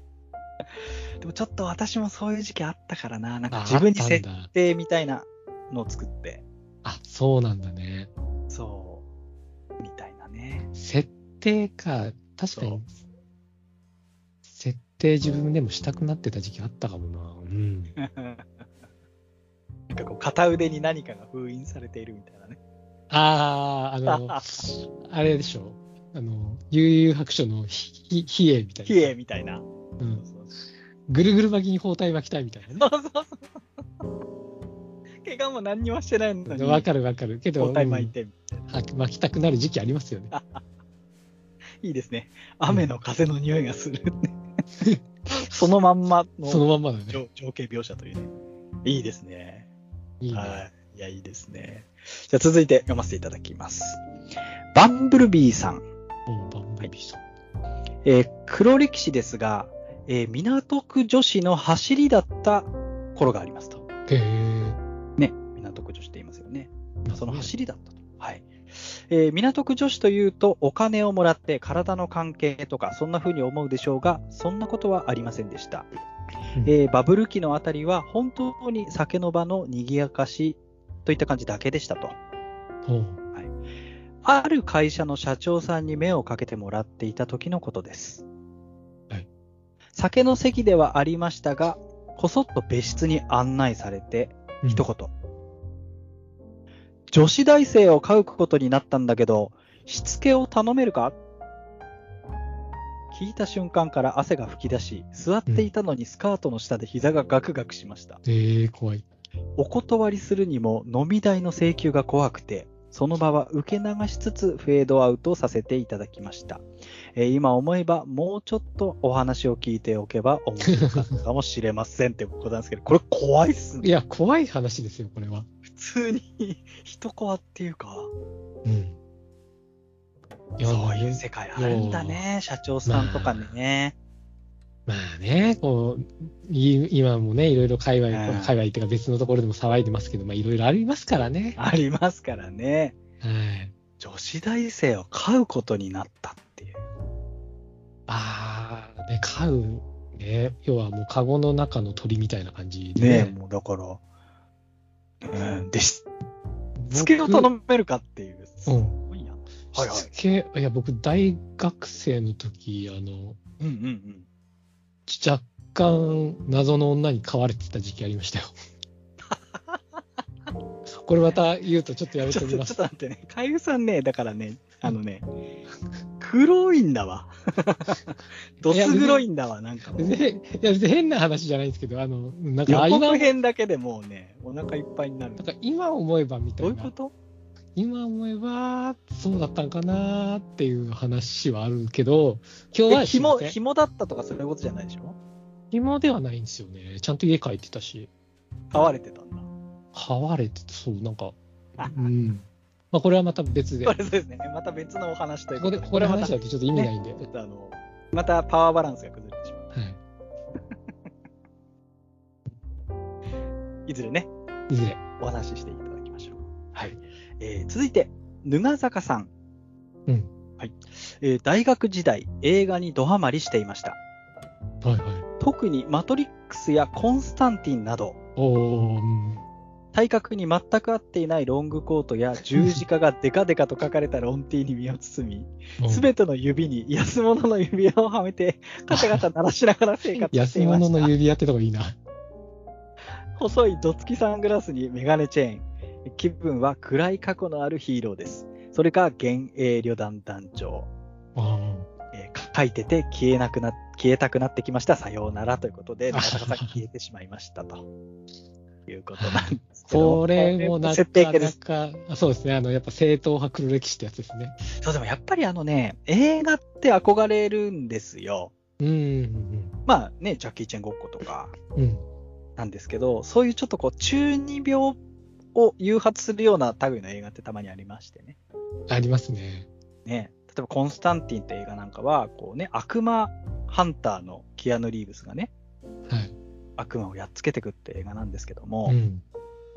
Speaker 3: でもちょっと私もそういう時期あったからな、なんか
Speaker 4: あ
Speaker 3: 自分に
Speaker 4: あったん
Speaker 3: 設
Speaker 4: だ。
Speaker 3: 定みたいなのを作って、
Speaker 4: あ、そうなんだね。
Speaker 3: そう、みたいなね。 [LAUGHS]
Speaker 4: 設定か。確か
Speaker 3: そ
Speaker 4: に。設定自分でもしたくなってた時期あったかもな。うん。
Speaker 3: なんかこう、片腕に何かが封印されているみたいなね。
Speaker 4: ああ、あの、
Speaker 3: [LAUGHS]
Speaker 4: あれでしょ。あの、悠々白書のひひ比叡みたいな。
Speaker 3: 比叡みたいな。
Speaker 4: うん。
Speaker 3: そうそう
Speaker 4: ぐるぐる巻きに包帯巻きたいみたいなね
Speaker 3: そうそうそう。 [LAUGHS] 怪我も何にもしてないのに、
Speaker 4: わかるわかるけど
Speaker 3: 包帯巻いて、
Speaker 4: うんは巻きたくなる時期ありますよね
Speaker 3: いいですね。雨の風の匂いがする。
Speaker 4: [LAUGHS]
Speaker 3: そのまんま
Speaker 4: そ
Speaker 3: の
Speaker 4: のまんまだね
Speaker 3: 情情景描写というね。いいですね。
Speaker 4: いいね
Speaker 3: はい。いや、いいですね。じゃあ続いて読ませていただきます。バンブルビーさん。
Speaker 4: うんバンブルビーさん
Speaker 3: えー黒歴史ですが、えー港区女子の走りだった頃がありますと。
Speaker 4: へえ
Speaker 3: ね。港区女子って言いますよね。その走りだったと。はい。えー港区女子というと、お金をもらって体の関係とか、そんな風に思うでしょうが、そんなことはありませんでした。
Speaker 4: うん
Speaker 3: えーバブル期のあたりは、本当に酒の場の賑やかしといった感じだけでしたと。
Speaker 4: ほう
Speaker 3: ある会社の社長さんに目をかけてもらっていた時のことです。
Speaker 4: はい
Speaker 3: 酒の席ではありましたが、こそっと別室に案内されて、
Speaker 4: うん
Speaker 3: 一言。女子大生を飼うことになったんだけど、しつけを頼めるか聞いた瞬間から汗が噴き出し、座っていたのにスカートの下で膝がガクガクしました。
Speaker 4: ええ怖い
Speaker 3: お断りするにも飲み代の請求が怖くて、その場は受け流しつつフェードアウトさせていただきました。えー今思えばもうちょっとお話を聞いておけば面白かったかもしれませんってことなんですけど、これ怖いっすね
Speaker 4: い。や怖い話ですよこれは
Speaker 3: 普通に人コアっていうか、
Speaker 4: うんいや
Speaker 3: そういう世界あるんだね、社長さんとかね。
Speaker 4: まあね、こう、い今もね、いろいろ界隈、
Speaker 3: うん
Speaker 4: 界隈っていうか別のところでも騒いでますけど、まあいろいろありますからね。
Speaker 3: ありますからね。
Speaker 4: はい。
Speaker 3: 女子大生を飼うことになったっていう。
Speaker 4: ああ、ね、飼う、ね、要はもうカゴの中の鳥みたいな感じで
Speaker 3: ねえ、
Speaker 4: ね。
Speaker 3: もうだから、うん、で、し
Speaker 4: 僕
Speaker 3: つけを頼めるかっていう。すごいな。はいはい
Speaker 4: しつけ、いや、僕、大学生の時、あの、
Speaker 3: うんうんうん。
Speaker 4: 若干謎の女に飼われてた時期あり
Speaker 3: [LAUGHS]
Speaker 4: ましたよ。これまた言うとちょっとやめ
Speaker 3: ち
Speaker 4: て
Speaker 3: ょ
Speaker 4: お
Speaker 3: っと、ちょ
Speaker 4: きま
Speaker 3: っ
Speaker 4: す
Speaker 3: と。待ってね。かゆさんね、だからね、あのね、黒いんだわ。どす黒いんだわ、なんかもう。
Speaker 4: でいや、別に変な話じゃないんですけど、あの、
Speaker 3: 予
Speaker 4: なんか合間を
Speaker 3: 告編だけでもうね、お腹いっぱいになる
Speaker 4: な。んか今思えばみた
Speaker 3: どうい
Speaker 4: いう
Speaker 3: こ
Speaker 4: な、
Speaker 3: と
Speaker 4: 今思えばそうだったんかなーっていう話はあるけど、今日は
Speaker 3: え
Speaker 4: しま
Speaker 3: 紐、
Speaker 4: せん
Speaker 3: 紐だったとかそういうことじゃないでしょ
Speaker 4: 紐ではないんですよね。ちゃんと家帰ってたし、
Speaker 3: 飼われてたんだ。
Speaker 4: 飼われてて、そう、なんか、うん。まあ、これはまた別で、
Speaker 3: こ
Speaker 4: こ
Speaker 3: れそうですね。また別のお話という
Speaker 4: こ
Speaker 3: こと
Speaker 4: で、
Speaker 3: で。
Speaker 4: これ
Speaker 3: また
Speaker 4: 話
Speaker 3: ちょ
Speaker 4: だとちょっと意味ないんで。
Speaker 3: っとあの、またパワーバランスが崩れてしまう。いずれね、
Speaker 4: いずれ。
Speaker 3: お話ししていただきましょう。はい。えー続いて、沼坂さん。
Speaker 4: うん。
Speaker 3: はい。えー大学時代、映画にドハマりしていました。
Speaker 4: はいはい。
Speaker 3: 特にマトリックスやコンスタンティンなど、
Speaker 4: おー、うん
Speaker 3: 体格に全く合っていないロングコート
Speaker 4: [LAUGHS]
Speaker 3: や十字架がデカデカと書かれたロンティーに身を包み、
Speaker 4: うん
Speaker 3: すべての指に安物の指輪をはめて、カタカタ鳴らしながら生活して
Speaker 4: 安
Speaker 3: いま
Speaker 4: 物
Speaker 3: した。
Speaker 4: の指輪ってとこいいな。
Speaker 3: 細いドツキサングラスにメガネチェーン。気分は暗い過去のあるヒーローです。それか、幻影旅団団長。
Speaker 4: あ
Speaker 3: えー書いてて消えなくな、消えたくなってきました。さようならということで、
Speaker 4: あ
Speaker 3: 中田
Speaker 4: [LAUGHS]
Speaker 3: さん消えてしまいましたと。いうことなんです
Speaker 4: ー
Speaker 3: けど。
Speaker 4: これもなか
Speaker 3: 設定系で
Speaker 4: な
Speaker 3: す。
Speaker 4: か、あそうですね、あの、やっぱ正統派黒歴史ってやつですね。
Speaker 3: そう、でもやっぱりあのね、映画って憧れるんですよ。
Speaker 4: うん
Speaker 3: まあね、ジャッキー・チェンごっことか。
Speaker 4: うん、うん。うん。
Speaker 3: なんですけど、そういうちょっとこう、中二病を誘発するような類の映画ってたまにありましてね。
Speaker 4: ありますね。
Speaker 3: ね例えば、コンスタンティンって映画なんかは、こうね、悪魔ハンターのキアヌ・リーブスがね、
Speaker 4: はい。
Speaker 3: 悪魔をやっつけてくって映画なんですけども、
Speaker 4: うん。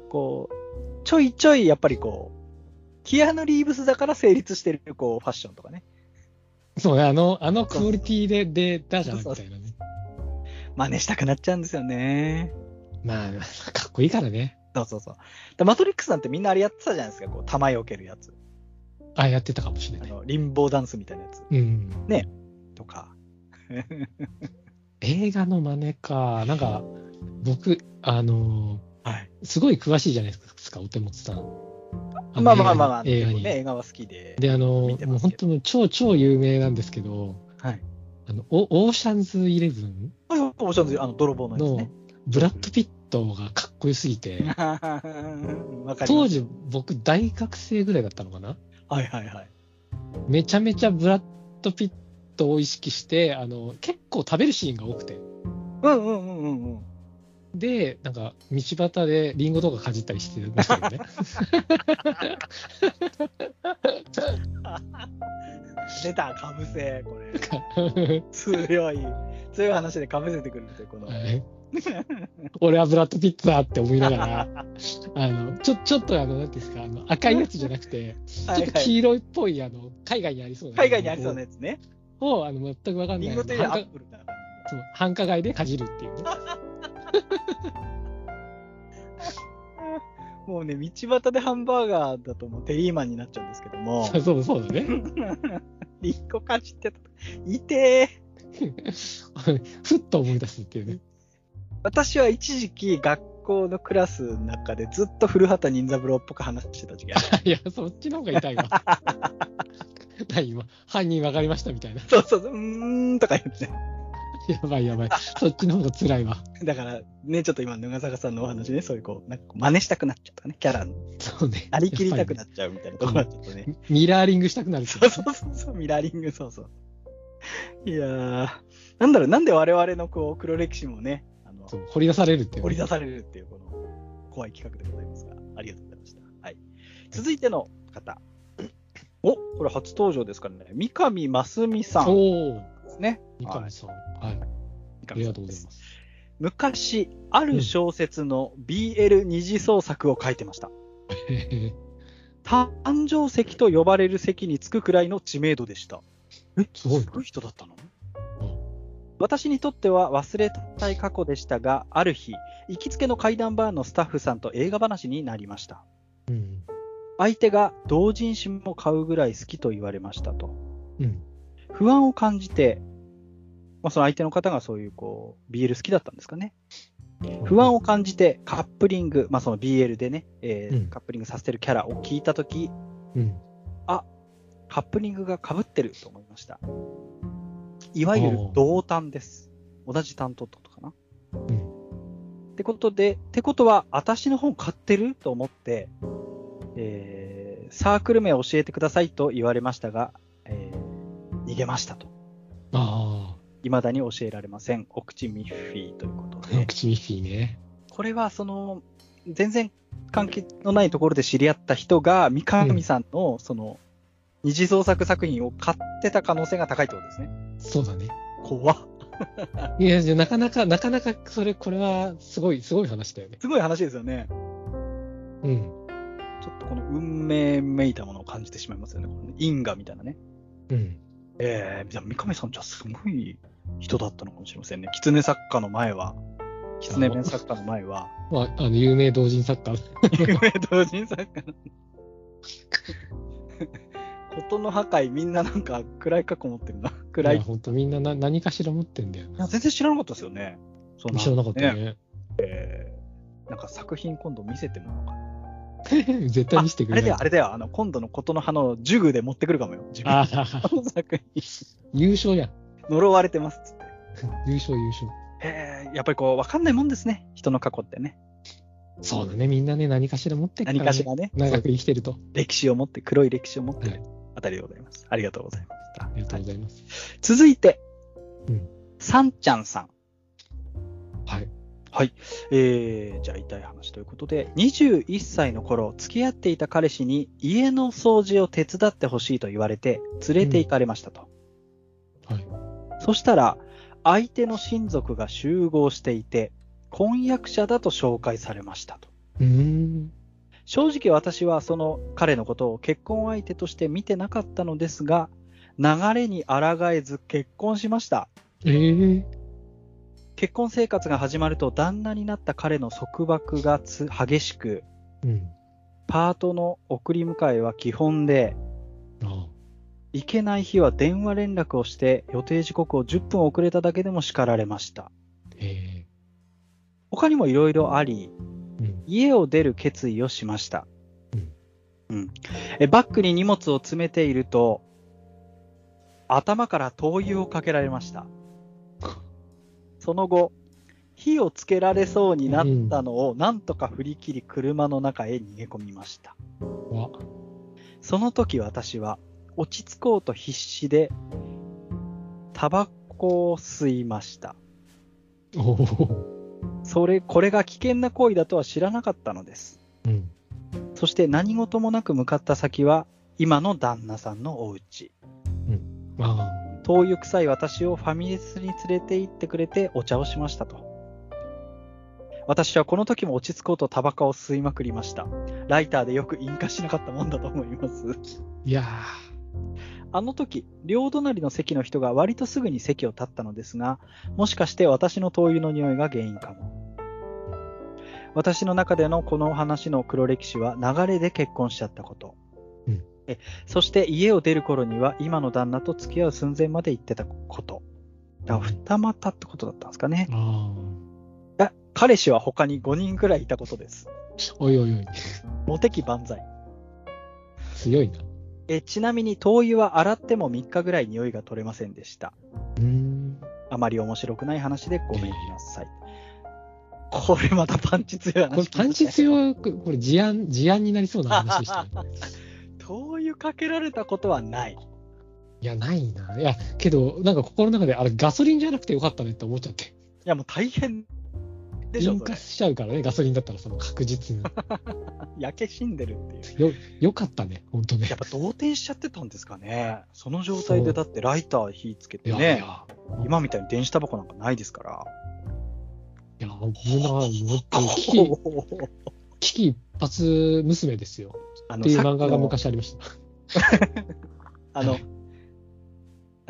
Speaker 3: こう、ちょいちょいやっぱりこう、キアヌ・リーブスだから成立してるこうファッションとかね、
Speaker 4: そうね、あの、あのクオリティで、で、だからみたいなね。
Speaker 3: 真似したくなっちゃうんですよね。
Speaker 4: まあ、かっこいいからね。
Speaker 3: そうそうそう。でマトリックスなんてみんなあれやってたじゃないですか、こう、弾よけるやつ。
Speaker 4: あ、やってたかもしれ
Speaker 3: あ
Speaker 4: ない。
Speaker 3: の、リンボーダンスみたいなやつ
Speaker 4: うん。
Speaker 3: とか。
Speaker 4: 映画の真似か。なんか、僕、あの
Speaker 3: はい。
Speaker 4: ーすごい詳しいじゃないですか、お手持さん。の
Speaker 3: [LAUGHS] まあまあまあまあ、
Speaker 4: 映
Speaker 3: 映
Speaker 4: 画
Speaker 3: 画,、
Speaker 4: に。
Speaker 3: ね、
Speaker 4: 映
Speaker 3: 映画は好きで
Speaker 4: 画に。で、あの
Speaker 3: 見て
Speaker 4: ー、も
Speaker 3: ま
Speaker 4: う
Speaker 3: す
Speaker 4: 本
Speaker 3: け
Speaker 4: 当もう超超有名なんですけど、
Speaker 3: はい。
Speaker 4: あの、オオーシャンズイレブン
Speaker 3: はいはいこれもちろんあの泥棒のやつ
Speaker 4: の
Speaker 3: ね。
Speaker 4: ブラッド・ピットがかっこよすぎて、
Speaker 3: [LAUGHS] わかります
Speaker 4: 当時僕大学生ぐらいだったのかな
Speaker 3: はいはいはい。
Speaker 4: めちゃめちゃブラッド・ピットを意識してあの結構食べるシーンが多くて
Speaker 3: うんうんうんうんうん。
Speaker 4: でなんか道端でリンゴとかかじったりしてましたけどね
Speaker 3: 出た、かぶせ、これ。 [LAUGHS] 強い。強い話でかぶせてくるって、この。
Speaker 4: はい俺はブラッド・ピットだって思いながらあのちょちょっとあのなんていうんですかあの赤いやつじゃなくて
Speaker 3: [LAUGHS] は
Speaker 4: ちょっ
Speaker 3: い
Speaker 4: と
Speaker 3: はい
Speaker 4: 黄色いっぽいあの海外にありそうな
Speaker 3: 海外にありそうなやつね。
Speaker 4: をあの全く分かんない
Speaker 3: リンゴというよりアップルだから。
Speaker 4: そう繁華街でかじるっていうね
Speaker 3: もうね、道端でハンバーガーだともうテリーマンになっちゃうんですけども、
Speaker 4: そうそうだね [LAUGHS]
Speaker 3: リンゴかじってた。いてー
Speaker 4: ふっと思い出すっていうね [LAUGHS]
Speaker 3: 私は一時期学校のクラスの中でずっと古畑任三郎っぽく話してた時期ある。 [LAUGHS]
Speaker 4: いや、そっちの方が痛いわ。 [LAUGHS] 何今、犯人分かりましたみたいな。 [LAUGHS]
Speaker 3: そうそうそう、うーんとか言って。
Speaker 4: やばいやばい。そっちの方が辛いわ。
Speaker 3: だからね、ちょっと今、長坂さんのお話ね、そういうこう、なんかこう真似したくなっちゃったね、キャラの。
Speaker 4: そうね。
Speaker 3: ありきりたくな
Speaker 4: やっ
Speaker 3: っちゃうみたいなところがちょっとね
Speaker 4: ぱ。りねミラーリングしたくなる
Speaker 3: [LAUGHS]
Speaker 4: け
Speaker 3: そう
Speaker 4: ど。
Speaker 3: そうそうそう、ミラーリング、そうそう。いやー、なんだろう、なんで我々のこう黒歴史もね、あの
Speaker 4: そう掘り出されるっていうね。
Speaker 3: 掘り出されるっていう、この怖い企画でございますが、ありがとうございました。はい、続いての方。おこれ初登場ですからね、三上真澄さん
Speaker 4: おお。
Speaker 3: ですね。
Speaker 4: 三上さん。はい。あ
Speaker 3: あ
Speaker 4: りがとうございます。
Speaker 3: 昔、ある小説の BL 二次創作を書いてました。
Speaker 4: へへ
Speaker 3: 誕生石と呼ばれる席につくくらいの知名度でした。
Speaker 4: すごい
Speaker 3: す。ごい人だったの
Speaker 4: うん
Speaker 3: 私にとっては忘れたい過去でしたが、ある日、行きつけの怪談バーのスタッフさんと映画話になりました。
Speaker 4: うん。
Speaker 3: 相手が同人誌も買うぐらい好きと言われましたと。
Speaker 4: うん。
Speaker 3: 不安を感じて、まあ、その相手の方がそういうこう BL 好きだったんですかね。不安を感じてカップリング、まあ、その BL でね、えー
Speaker 4: うん
Speaker 3: カップリングさせてるキャラを聞いたとき、
Speaker 4: うん。
Speaker 3: カップリングが被ってると思いました。いわゆる
Speaker 4: あー
Speaker 3: 同担です。同じ担当ってことかな。
Speaker 4: うん
Speaker 3: ってことで、ってことは、私の本買ってると思って、えーサークル名教えてくださいと言われましたが、えー逃げましたと。
Speaker 4: あ
Speaker 3: 未だに教えられません。お口ミッフィーということ
Speaker 4: あ。
Speaker 3: で。
Speaker 4: 口ミッフィーね。
Speaker 3: これは、その、全然関係のないところで知り合った人が、三上さんの、その、二次創作作品を買ってた可能性が高いってことですね。
Speaker 4: そうだね。
Speaker 3: 怖っ
Speaker 4: いや、じゃあなかなか、なかなか、それ、これは、すごい、すごい話だよね。
Speaker 3: すごい話ですよね。
Speaker 4: うん。
Speaker 3: ちょっとこの運命めいたものを感じてしまいますよね。このね因果みたいなね。
Speaker 4: うん。
Speaker 3: ええじゃあ三上さんじゃあすごい人だったのかもしれませんね。狐作家の前は、狐面作家の前は、
Speaker 4: まあ、あの、有名同人作家。
Speaker 3: [LAUGHS] 有名同人作家 [LAUGHS] の。ことの破壊、みんななんか暗い過去持ってるな。暗
Speaker 4: い
Speaker 3: い。
Speaker 4: や、
Speaker 3: い
Speaker 4: 本当みんなな何かしら持ってんだよね。
Speaker 3: や全然知らなかったですよね。そん
Speaker 4: 知らなかった
Speaker 3: ね。
Speaker 4: ね。
Speaker 3: ええなんか作品今度見せてもらおうかな。
Speaker 4: 絶対見せてく
Speaker 3: あ
Speaker 4: れ
Speaker 3: れだよ、
Speaker 4: ない。
Speaker 3: あれだよ。あの、今度のことの葉のジュグで持ってくるかもよ。自分
Speaker 4: あー
Speaker 3: の作品。
Speaker 4: 優勝やん。
Speaker 3: 呪われてますっつって。
Speaker 4: 優勝、優勝。
Speaker 3: へえやっぱりこう、わかんないもんですね。人の過去ってね。
Speaker 4: そうだね、みんなね、何かしら持ってっから、ね、
Speaker 3: 何かしらね、
Speaker 4: 長く生きてると。
Speaker 3: 歴史を持って、黒い歴史を持って
Speaker 4: は
Speaker 3: るあたりでございます。ありがとうございました。
Speaker 4: ありがとう
Speaker 3: は
Speaker 4: ご
Speaker 3: い
Speaker 4: ざいます。
Speaker 3: 続いて
Speaker 4: うん、
Speaker 3: さんちゃんさん。
Speaker 4: はい。
Speaker 3: えー、じゃあ痛い話ということで、21歳の頃、付き合っていた彼氏に家の掃除を手伝ってほしいと言われて、連れて行かれましたと。
Speaker 4: はい。
Speaker 3: そしたら、相手の親族が集合していて、婚約者だと紹介されましたと。
Speaker 4: うーん。
Speaker 3: 正直私はその彼のことを結婚相手として見てなかったのですが、流れに抗えず結婚しました。
Speaker 4: えー、
Speaker 3: 結婚生活が始まると旦那になった彼の束縛がつ激しく、
Speaker 4: うん。
Speaker 3: パートの送り迎えは基本で、
Speaker 4: あ
Speaker 3: 行けない日は電話連絡をして予定時刻を10分遅れただけでも叱られました。
Speaker 4: ーえ
Speaker 3: 他にもいろいろあり、
Speaker 4: ー、うん。
Speaker 3: 家を出る決意をしました
Speaker 4: うん。
Speaker 3: うん、えバッグに荷物を詰めていると、頭から灯油をかけられました。その後、火をつけられそうになったのをなんとか振り切り車の中へ逃げ込みました。
Speaker 4: わ
Speaker 3: その時私は落ち着こうと必死でタバコを吸いました。
Speaker 4: おお。
Speaker 3: それ、これが危険な行為だとは知らなかったのです。
Speaker 4: うん。
Speaker 3: そして何事もなく向かった先は今の旦那さんのお家。
Speaker 4: あ
Speaker 3: 灯油臭い私をファミレスに連れて行ってくれてお茶をしましたと。私はこの時も落ち着こうとタバコを吸いまくりました。ライターでよく引火しなかったもんだと思います。
Speaker 4: あ。いや
Speaker 3: あの時、両隣の席の人が割とすぐに席を立ったのですが、もしかして私の灯油の匂いが原因かも。私の中でのこの話の黒歴史は流れで結婚しちゃったこと。
Speaker 4: うん
Speaker 3: えそして家を出る頃には今の旦那と付き合う寸前まで行ってたこと。だから二股ってことだったんですかね
Speaker 4: ー。。ああ。
Speaker 3: あ彼氏は他に5人くらいいたことです。
Speaker 4: おいおいおい。
Speaker 3: モテ期万歳。
Speaker 4: 強いな。
Speaker 3: えちなみに灯油は洗っても3日ぐらい匂いが取れませんでした。
Speaker 4: うーん。
Speaker 3: あまり面白くない話でごめんなさい。これまたパンチ強い話
Speaker 4: これ、パンチ強く、これ、事案、事案になりそうな話でしたね。
Speaker 3: 灯油かけられたことはない。
Speaker 4: いや、ないな。いや、けど、なんか心の中で、あれ、ガソリンじゃなくてよかったねって思っちゃって。
Speaker 3: いやもう大変でしょ、
Speaker 4: 引
Speaker 3: それ
Speaker 4: 火しちゃうからね、ガソリンだったら、その確実に。
Speaker 3: 焼け死んでるっていう。
Speaker 4: よ、よかったね、本当ね。
Speaker 3: やっぱ動転しちゃってたんですかね。その状態でだってライター火つけ
Speaker 4: い
Speaker 3: て
Speaker 4: や、い
Speaker 3: ね、
Speaker 4: や、
Speaker 3: 今みたいに電子タバコなんかないですから。
Speaker 4: いや、危ない。もっと、危機、
Speaker 3: お
Speaker 4: 危機一発娘ですよ。
Speaker 3: あ
Speaker 4: っ
Speaker 3: の
Speaker 4: ていう
Speaker 3: さっき
Speaker 4: 漫画が
Speaker 3: の
Speaker 4: 昔あり
Speaker 3: [LAUGHS]
Speaker 4: ました。
Speaker 3: あの、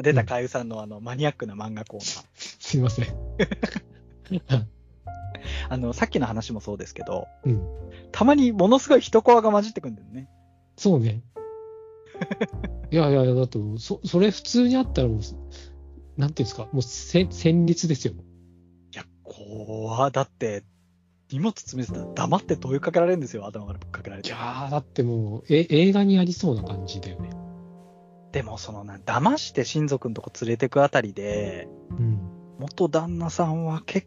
Speaker 3: 出たかゆさんのあのマニアックな漫画コーナー。
Speaker 4: すいません。
Speaker 3: あの、さっきの話もそうですけど、
Speaker 4: うん
Speaker 3: たまにものすごい人コアが混じってくんだよね。
Speaker 4: そうね。いやいやいや、だってもう、そ、それ普通にあったらもう、なんていうんですか、もうせ、戦慄ですよ。
Speaker 3: いや、怖だって、荷物詰めてたら黙って灯油かけられるんですよ、頭からぶっかけられ
Speaker 4: い
Speaker 3: て
Speaker 4: や。ー、だってもう、え、映画にありそうな感じだよね。
Speaker 3: でも、そのな、騙して親族のとこ連れてくあたりで、
Speaker 4: うん。
Speaker 3: 元旦那さんは結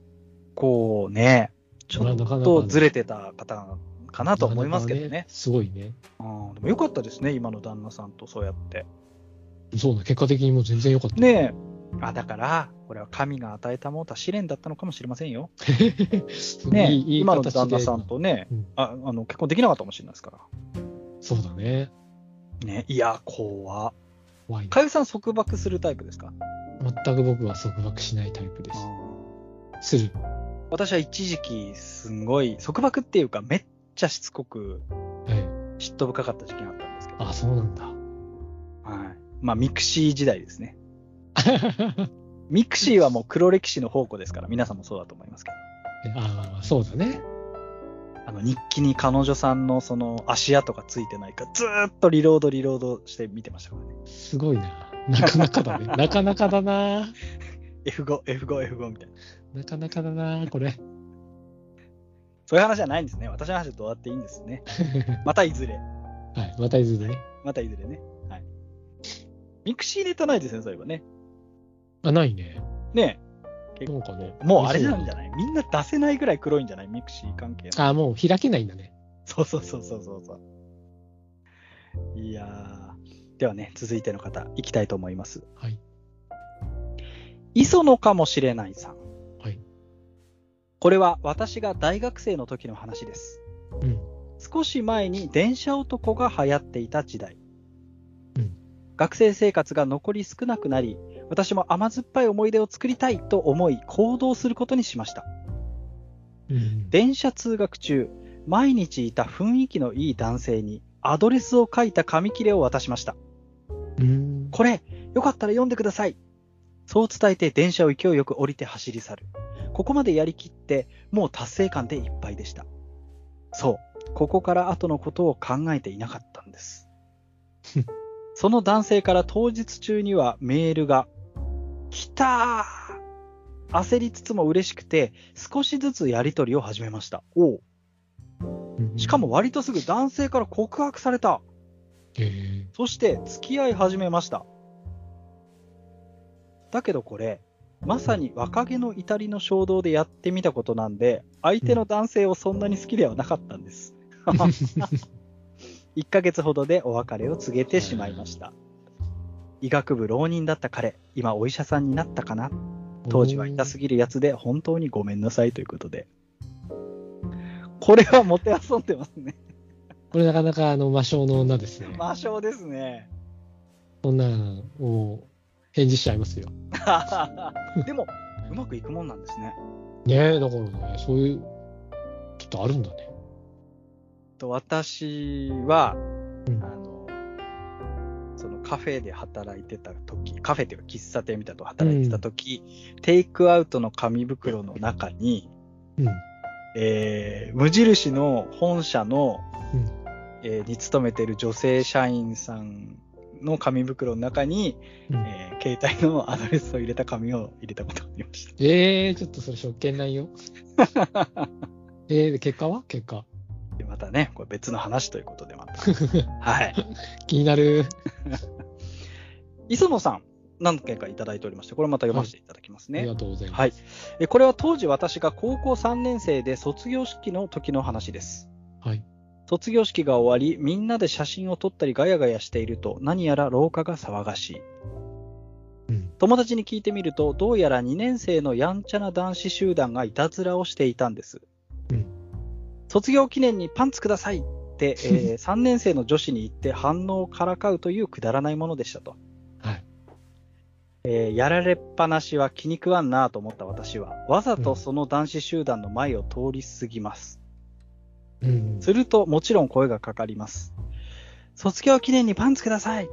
Speaker 3: 構ね、ちょっ
Speaker 4: なかなか
Speaker 3: と
Speaker 4: ね
Speaker 3: ずれてた方かなと思いますけどね。
Speaker 4: なかなかすごいね。
Speaker 3: うん、でもよかったですね、今の旦那さんとそうやって。
Speaker 4: そうだ、結果的にもう全然良かった。
Speaker 3: [LAUGHS] ねえ。あ、だから、これは神が与えたものとは試練だったのかもしれませんよ。
Speaker 4: [LAUGHS]
Speaker 3: ねえ、
Speaker 4: いいいい
Speaker 3: 今の
Speaker 4: 形で
Speaker 3: 旦那さんとね、
Speaker 4: うん
Speaker 3: ああの結婚できなかったかもしれないですから。
Speaker 4: そうだね。
Speaker 3: ね、いや、怖
Speaker 4: 怖いな
Speaker 3: かゆさん、束縛するタイプですか
Speaker 4: 全く僕は束縛しないタイプです。する。
Speaker 3: 私は一時期、すんごい、束縛っていうか、めっちゃしつこく、
Speaker 4: はい。
Speaker 3: 嫉妬深かった時期があったんですけど、
Speaker 4: あ、そうなんだ。 [LAUGHS]
Speaker 3: はい。まあ、ミクシー時代ですね。ミクシーはもう黒歴史の宝庫ですから、皆さんもそうだと思いますけど。
Speaker 4: あーそうだね。
Speaker 3: あの日記に彼女さんのその足跡がついてないか、ずーっとリロードリロードして見てましたからね。
Speaker 4: すごいな。なかなか
Speaker 3: [LAUGHS]
Speaker 4: だね。なかなかだな。
Speaker 3: F5、F5、F5 みたいな。
Speaker 4: なかなかだな、これ。 [LAUGHS]
Speaker 3: そういう話じゃないんですね。私の話はどうだっていいんですね。またいずれ。
Speaker 4: はい。またいずれね。
Speaker 3: またいずれね。はい。ミクシーネタないですね、そういえばね。
Speaker 4: あ、ないね。
Speaker 3: ね
Speaker 4: なんかね。
Speaker 3: えもうあれなんじゃないみんな出せないぐらい黒いんじゃないミクシー関係の。
Speaker 4: あ、もう開けないんだね。
Speaker 3: そうそうそうそうそうそう。いやー。ではね、続いての方、いきたいと思います。
Speaker 4: はい。
Speaker 3: 磯野かもしれないさん。
Speaker 4: はい。
Speaker 3: これは私が大学生の時の話です。
Speaker 4: うん。
Speaker 3: 少し前に電車男が流行っていた時代、
Speaker 4: うん
Speaker 3: 学生生活が残り少なくなり私も甘酸っぱい思い出を作りたいと思い行動することにしました
Speaker 4: うん、
Speaker 3: 電車通学中毎日いた雰囲気のいい男性にアドレスを書いた紙切れを渡しました
Speaker 4: うん。
Speaker 3: これよかったら読んでくださいそう伝えて電車を勢いよく降りて走り去るここまでやりきってもう達成感でいっぱいでしたそうここから後のことを考えていなかったんです [LAUGHS] その男性から当日中にはメールが「来たー!」焦りつつも嬉しくて少しずつやり取りを始めましたおうしかも。割とすぐ男性から告白された
Speaker 4: えー、
Speaker 3: そして付き合い始めました。だけどこれ、まさに若気の至りの衝動でやってみたことなんで、相手の男性をそんなに好きではなかったんです。1ヶ月ほどでお別れを告げてしまいました。医学部浪人だった彼、今お医者さんになったかな当時は痛すぎるやつで本当にごめんなさいということで。これはもてあそんでますね。
Speaker 4: これなかなかあの魔性の女ですね。
Speaker 3: 魔性です
Speaker 4: [LAUGHS]
Speaker 3: ね。
Speaker 4: そんなんを返事しちゃいますよ。
Speaker 3: でも、うまくいくもんなんですね。
Speaker 4: ねえ、だからね、そういう、ちょっとあるんだね。
Speaker 3: と私は、
Speaker 4: うん
Speaker 3: あのそのカフェで働いてた時カフェというか喫茶店みたいなとこ働いてた時、テイクアウトの紙袋の中に、
Speaker 4: うん。
Speaker 3: えー無印の本社の、
Speaker 4: うん
Speaker 3: えーに勤めてる女性社員さんの紙袋の中に、
Speaker 4: うん
Speaker 3: えー携帯のアドレスを入れた紙を入れたことがありました。
Speaker 4: ええー、ちょっとそれ職
Speaker 3: [LAUGHS]
Speaker 4: 権ないよ。えー、結果は結果。
Speaker 3: でまたね、これ別の話ということでま
Speaker 4: [LAUGHS]
Speaker 3: た。はい。
Speaker 4: 気になる。
Speaker 3: 磯野さん、何件かいただいておりまして、これまた読ませていただきます
Speaker 4: あり
Speaker 3: ね。
Speaker 4: がとうございます。
Speaker 3: はい。えこれは当時私が高校3年生で卒業式の時の話です。
Speaker 4: はい。
Speaker 3: 卒業式が終わり、みんなで写真を撮ったりガヤガヤしていると、何やら廊下が騒がしい。
Speaker 4: うん
Speaker 3: 友達に聞いてみると、どうやら2年生のやんちゃな男子集団がいたずらをしていたんです。
Speaker 4: うん
Speaker 3: 卒業記念にパンツくださいって、え3年生の女子に言って反応をからかうというくだらないものでしたと。
Speaker 4: はい。
Speaker 3: えーやられっぱなしは気に食わんなと思った私は、わざとその男子集団の前を通り過ぎます。
Speaker 4: うん。
Speaker 3: すると、もちろん声がかかります。卒業記念にパンツください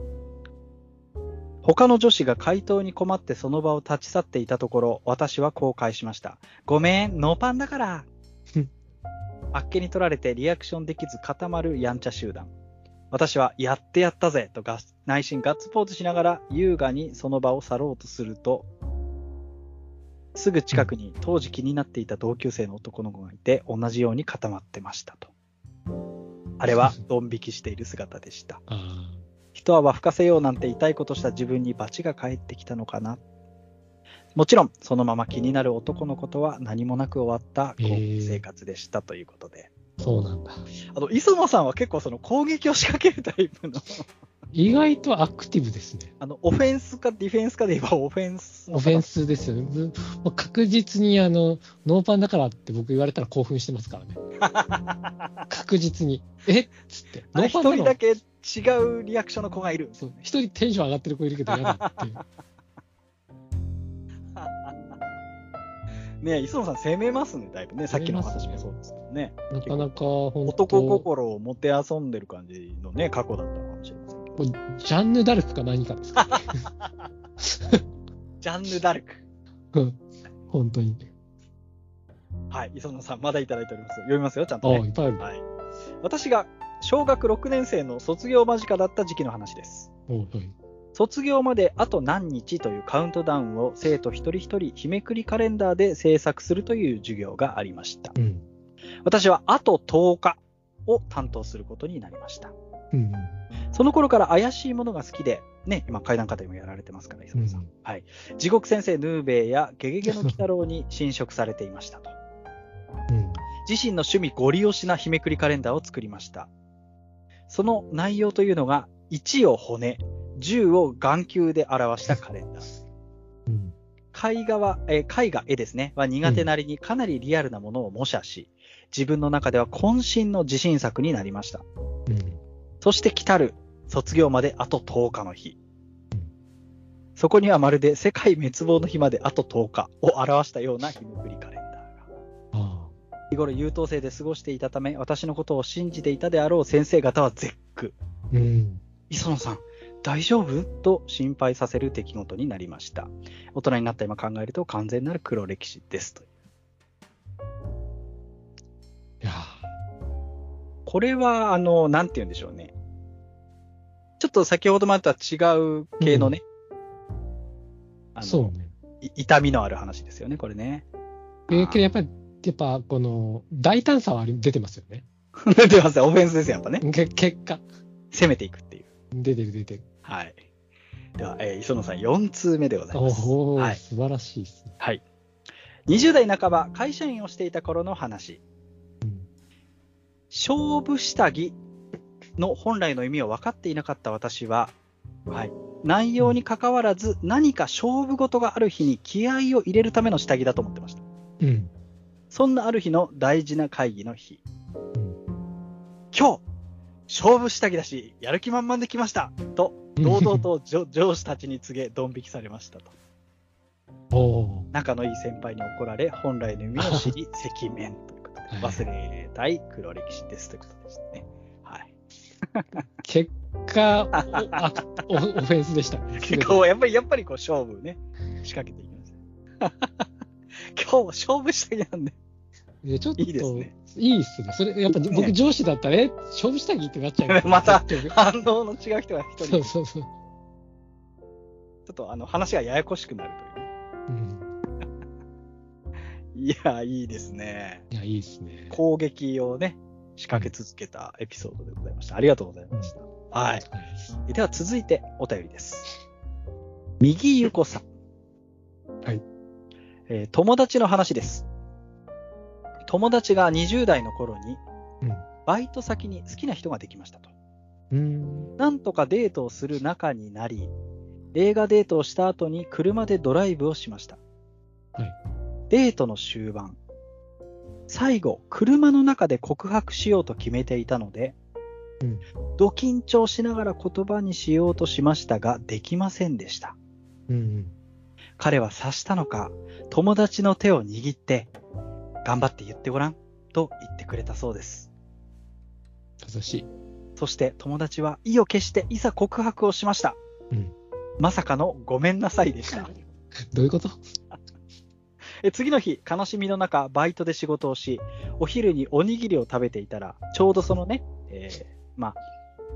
Speaker 3: 他の女子が回答に困ってその場を立ち去っていたところ、私は後悔しました。ごめん、ノーパンだから
Speaker 4: ふん。
Speaker 3: あっけに取られてリアクションできず固まるやんちゃ集団。私は、やってやったぜとガス内心ガッツポーズしながら優雅にその場を去ろうとすると、すぐ近くに当時気になっていた同級生の男の子がいて、同じように固まってましたと。あれは、ドン引きしている姿でした。
Speaker 4: あ
Speaker 3: 一泡吹かせようなんて痛いことした自分に罰が返ってきたのかな。もちろん、そのまま気になる男のことは何もなく終わった高校生活でしたということで。
Speaker 4: あ、そうなんだ。
Speaker 3: あと、磯野さんは結構その攻撃を仕掛けるタイプの、 [LAUGHS]
Speaker 4: 意外とアクティブですね。
Speaker 3: あの、オフェンスかディフェンスかで言えばオフェンスの
Speaker 4: オ
Speaker 3: 方
Speaker 4: フェンスですよね。ぶもう確実にあの、ノーパンだからって僕言われたら興奮してま
Speaker 3: [LAUGHS]
Speaker 4: すからね。確実に。えっつって。
Speaker 3: あ
Speaker 4: ノ
Speaker 3: れ
Speaker 4: ー
Speaker 3: 一
Speaker 4: パンな
Speaker 3: 人
Speaker 4: の
Speaker 3: だけ違うリアクションの子がいる。
Speaker 4: そう一人テンション上がってる子いるけど嫌だ
Speaker 3: [LAUGHS]
Speaker 4: っていう。
Speaker 3: ね磯野さん攻めますね、だいぶね。さっきのお話もそうですけどね。
Speaker 4: なかなか本当
Speaker 3: 男心をもてあそんでる感じのね、過去だったのかもしれませんけど。
Speaker 4: こうジャンヌ・ダルクか何かですか、ね、
Speaker 3: ジャンヌ・ダルク。
Speaker 4: うん [LAUGHS] 本当に。
Speaker 3: はい、磯野さん、まだいただいております。読みますよ、ちゃん
Speaker 4: あ
Speaker 3: と、ね。
Speaker 4: あ、いっぱいある。
Speaker 3: はい。私が小学6年生の卒業間近だった時期の話です。
Speaker 4: おうはい
Speaker 3: 卒業まであと何日というカウントダウンを生徒一人一人日めくりカレンダーで制作するという授業がありました。
Speaker 4: うん。
Speaker 3: 私はあと10日を担当することになりました。
Speaker 4: うん。
Speaker 3: その頃から怪しいものが好きで、ね、今、怪談家でもやられてますから、磯野さん。
Speaker 4: うん
Speaker 3: はい。地獄先生ヌーベイやゲゲゲの鬼太郎に侵食されていましたと。
Speaker 4: うん。
Speaker 3: 自身の趣味ゴリ押しな日めくりカレンダーを作りました。その内容というのが、1を骨、10を眼球で表したカレンダー。
Speaker 4: うん。
Speaker 3: 絵画は、えー絵画、絵ですね、は苦手なりにかなりリアルなものを模写し、自分の中では渾身の自信作になりました。
Speaker 4: うん。
Speaker 3: そして来たる卒業まであと10日の日。そこにはまるで世界滅亡の日まであと10日を表したような日めくりカレンダーが。
Speaker 4: あ
Speaker 3: 日頃優等生で過ごしていたため、私のことを信じていたであろう先生方は絶句。
Speaker 4: あ。うん。
Speaker 3: 磯野さん、大丈夫と心配させる出来事になりました。大人になった今考えると完全なる黒歴史ですという。
Speaker 4: いや
Speaker 3: これは、あの、なんて言うんでしょうね。ちょっと先ほどまでとは違う系のね、あ
Speaker 4: ー
Speaker 3: の
Speaker 4: そうね。
Speaker 3: い痛みのある話ですよね、これね。 [LAUGHS]
Speaker 4: えーけどやっぱり、やっぱこの、大胆さはあり出てますよね。
Speaker 3: 出てますねオフェンスですよ、やっぱね。
Speaker 4: け結果、
Speaker 3: 攻めていくっていう。
Speaker 4: 出てる出てる。
Speaker 3: はい。では、えー磯野さん4通目でござい
Speaker 4: お
Speaker 3: ます。
Speaker 4: お、
Speaker 3: はい
Speaker 4: 素晴らしいですね。
Speaker 3: はい。20代半ば、会社員をしていた頃の話。
Speaker 4: うん
Speaker 3: 勝負下着の本来の意味を分かっていなかった私は、はい、内容にかかわらず何か勝負事がある日に気合を入れるための下着だと思ってました
Speaker 4: うん。
Speaker 3: そんなある日の大事な会議の日
Speaker 4: うん
Speaker 3: 今日勝負下着だしやる気満々で来ましたと堂々と上上司たちに告げドン引きされましたと
Speaker 4: [LAUGHS] おお
Speaker 3: 仲のいい先輩に怒られ本来の意味を知り赤面ということで忘れたい黒歴史ですということですねはい
Speaker 4: ー。結果、おあおオフェンスでした。
Speaker 3: [LAUGHS] 結構やっぱり、やっぱりこう勝負ね、仕掛けていきました。 [LAUGHS] 今日勝負したいなんで。
Speaker 4: でちょっと
Speaker 3: いいですね
Speaker 4: いいっすね。それ、やっぱ
Speaker 3: ね
Speaker 4: 僕上司だったら、え、勝負下着ってなっちゃうよ
Speaker 3: [LAUGHS] また
Speaker 4: ちょっと
Speaker 3: 反応の違う人が一人、ち
Speaker 4: そ
Speaker 3: ょ
Speaker 4: うそうそう。
Speaker 3: っとあの話がややこしくなるというね。
Speaker 4: うん。
Speaker 3: いや、いいですね。
Speaker 4: いや、いいですね。
Speaker 3: 攻撃をね、仕掛け続けたエピソードでございました。ありがとうございました。は
Speaker 4: はい。
Speaker 3: い。では続いてお便りです。右ゆこさん。
Speaker 4: はい。
Speaker 3: えー友達の話です。友達が20代の頃に、
Speaker 4: うん
Speaker 3: バイト先に好きな人ができましたと。
Speaker 4: うん。
Speaker 3: なんとかデートをする仲になり、映画デートをした後に車でドライブをしました。
Speaker 4: はい
Speaker 3: デートの終盤、最後、車の中で告白しようと決めていたので、
Speaker 4: うん
Speaker 3: ド緊張しながら言葉にしようとしましたが、できませんでした。
Speaker 4: うん。
Speaker 3: 彼は察したのか、友達の手を握って、頑張って言ってごらん、と言ってくれたそうです。
Speaker 4: 優しい。
Speaker 3: そして友達は意を決していざ告白をしました。
Speaker 4: うん
Speaker 3: まさかのごめんなさいで
Speaker 4: [LAUGHS]
Speaker 3: した。
Speaker 4: どういうこと
Speaker 3: え次の日、悲しみの中、バイトで仕事をし、お昼におにぎりを食べていたら、ちょうどそのね、えーまあ、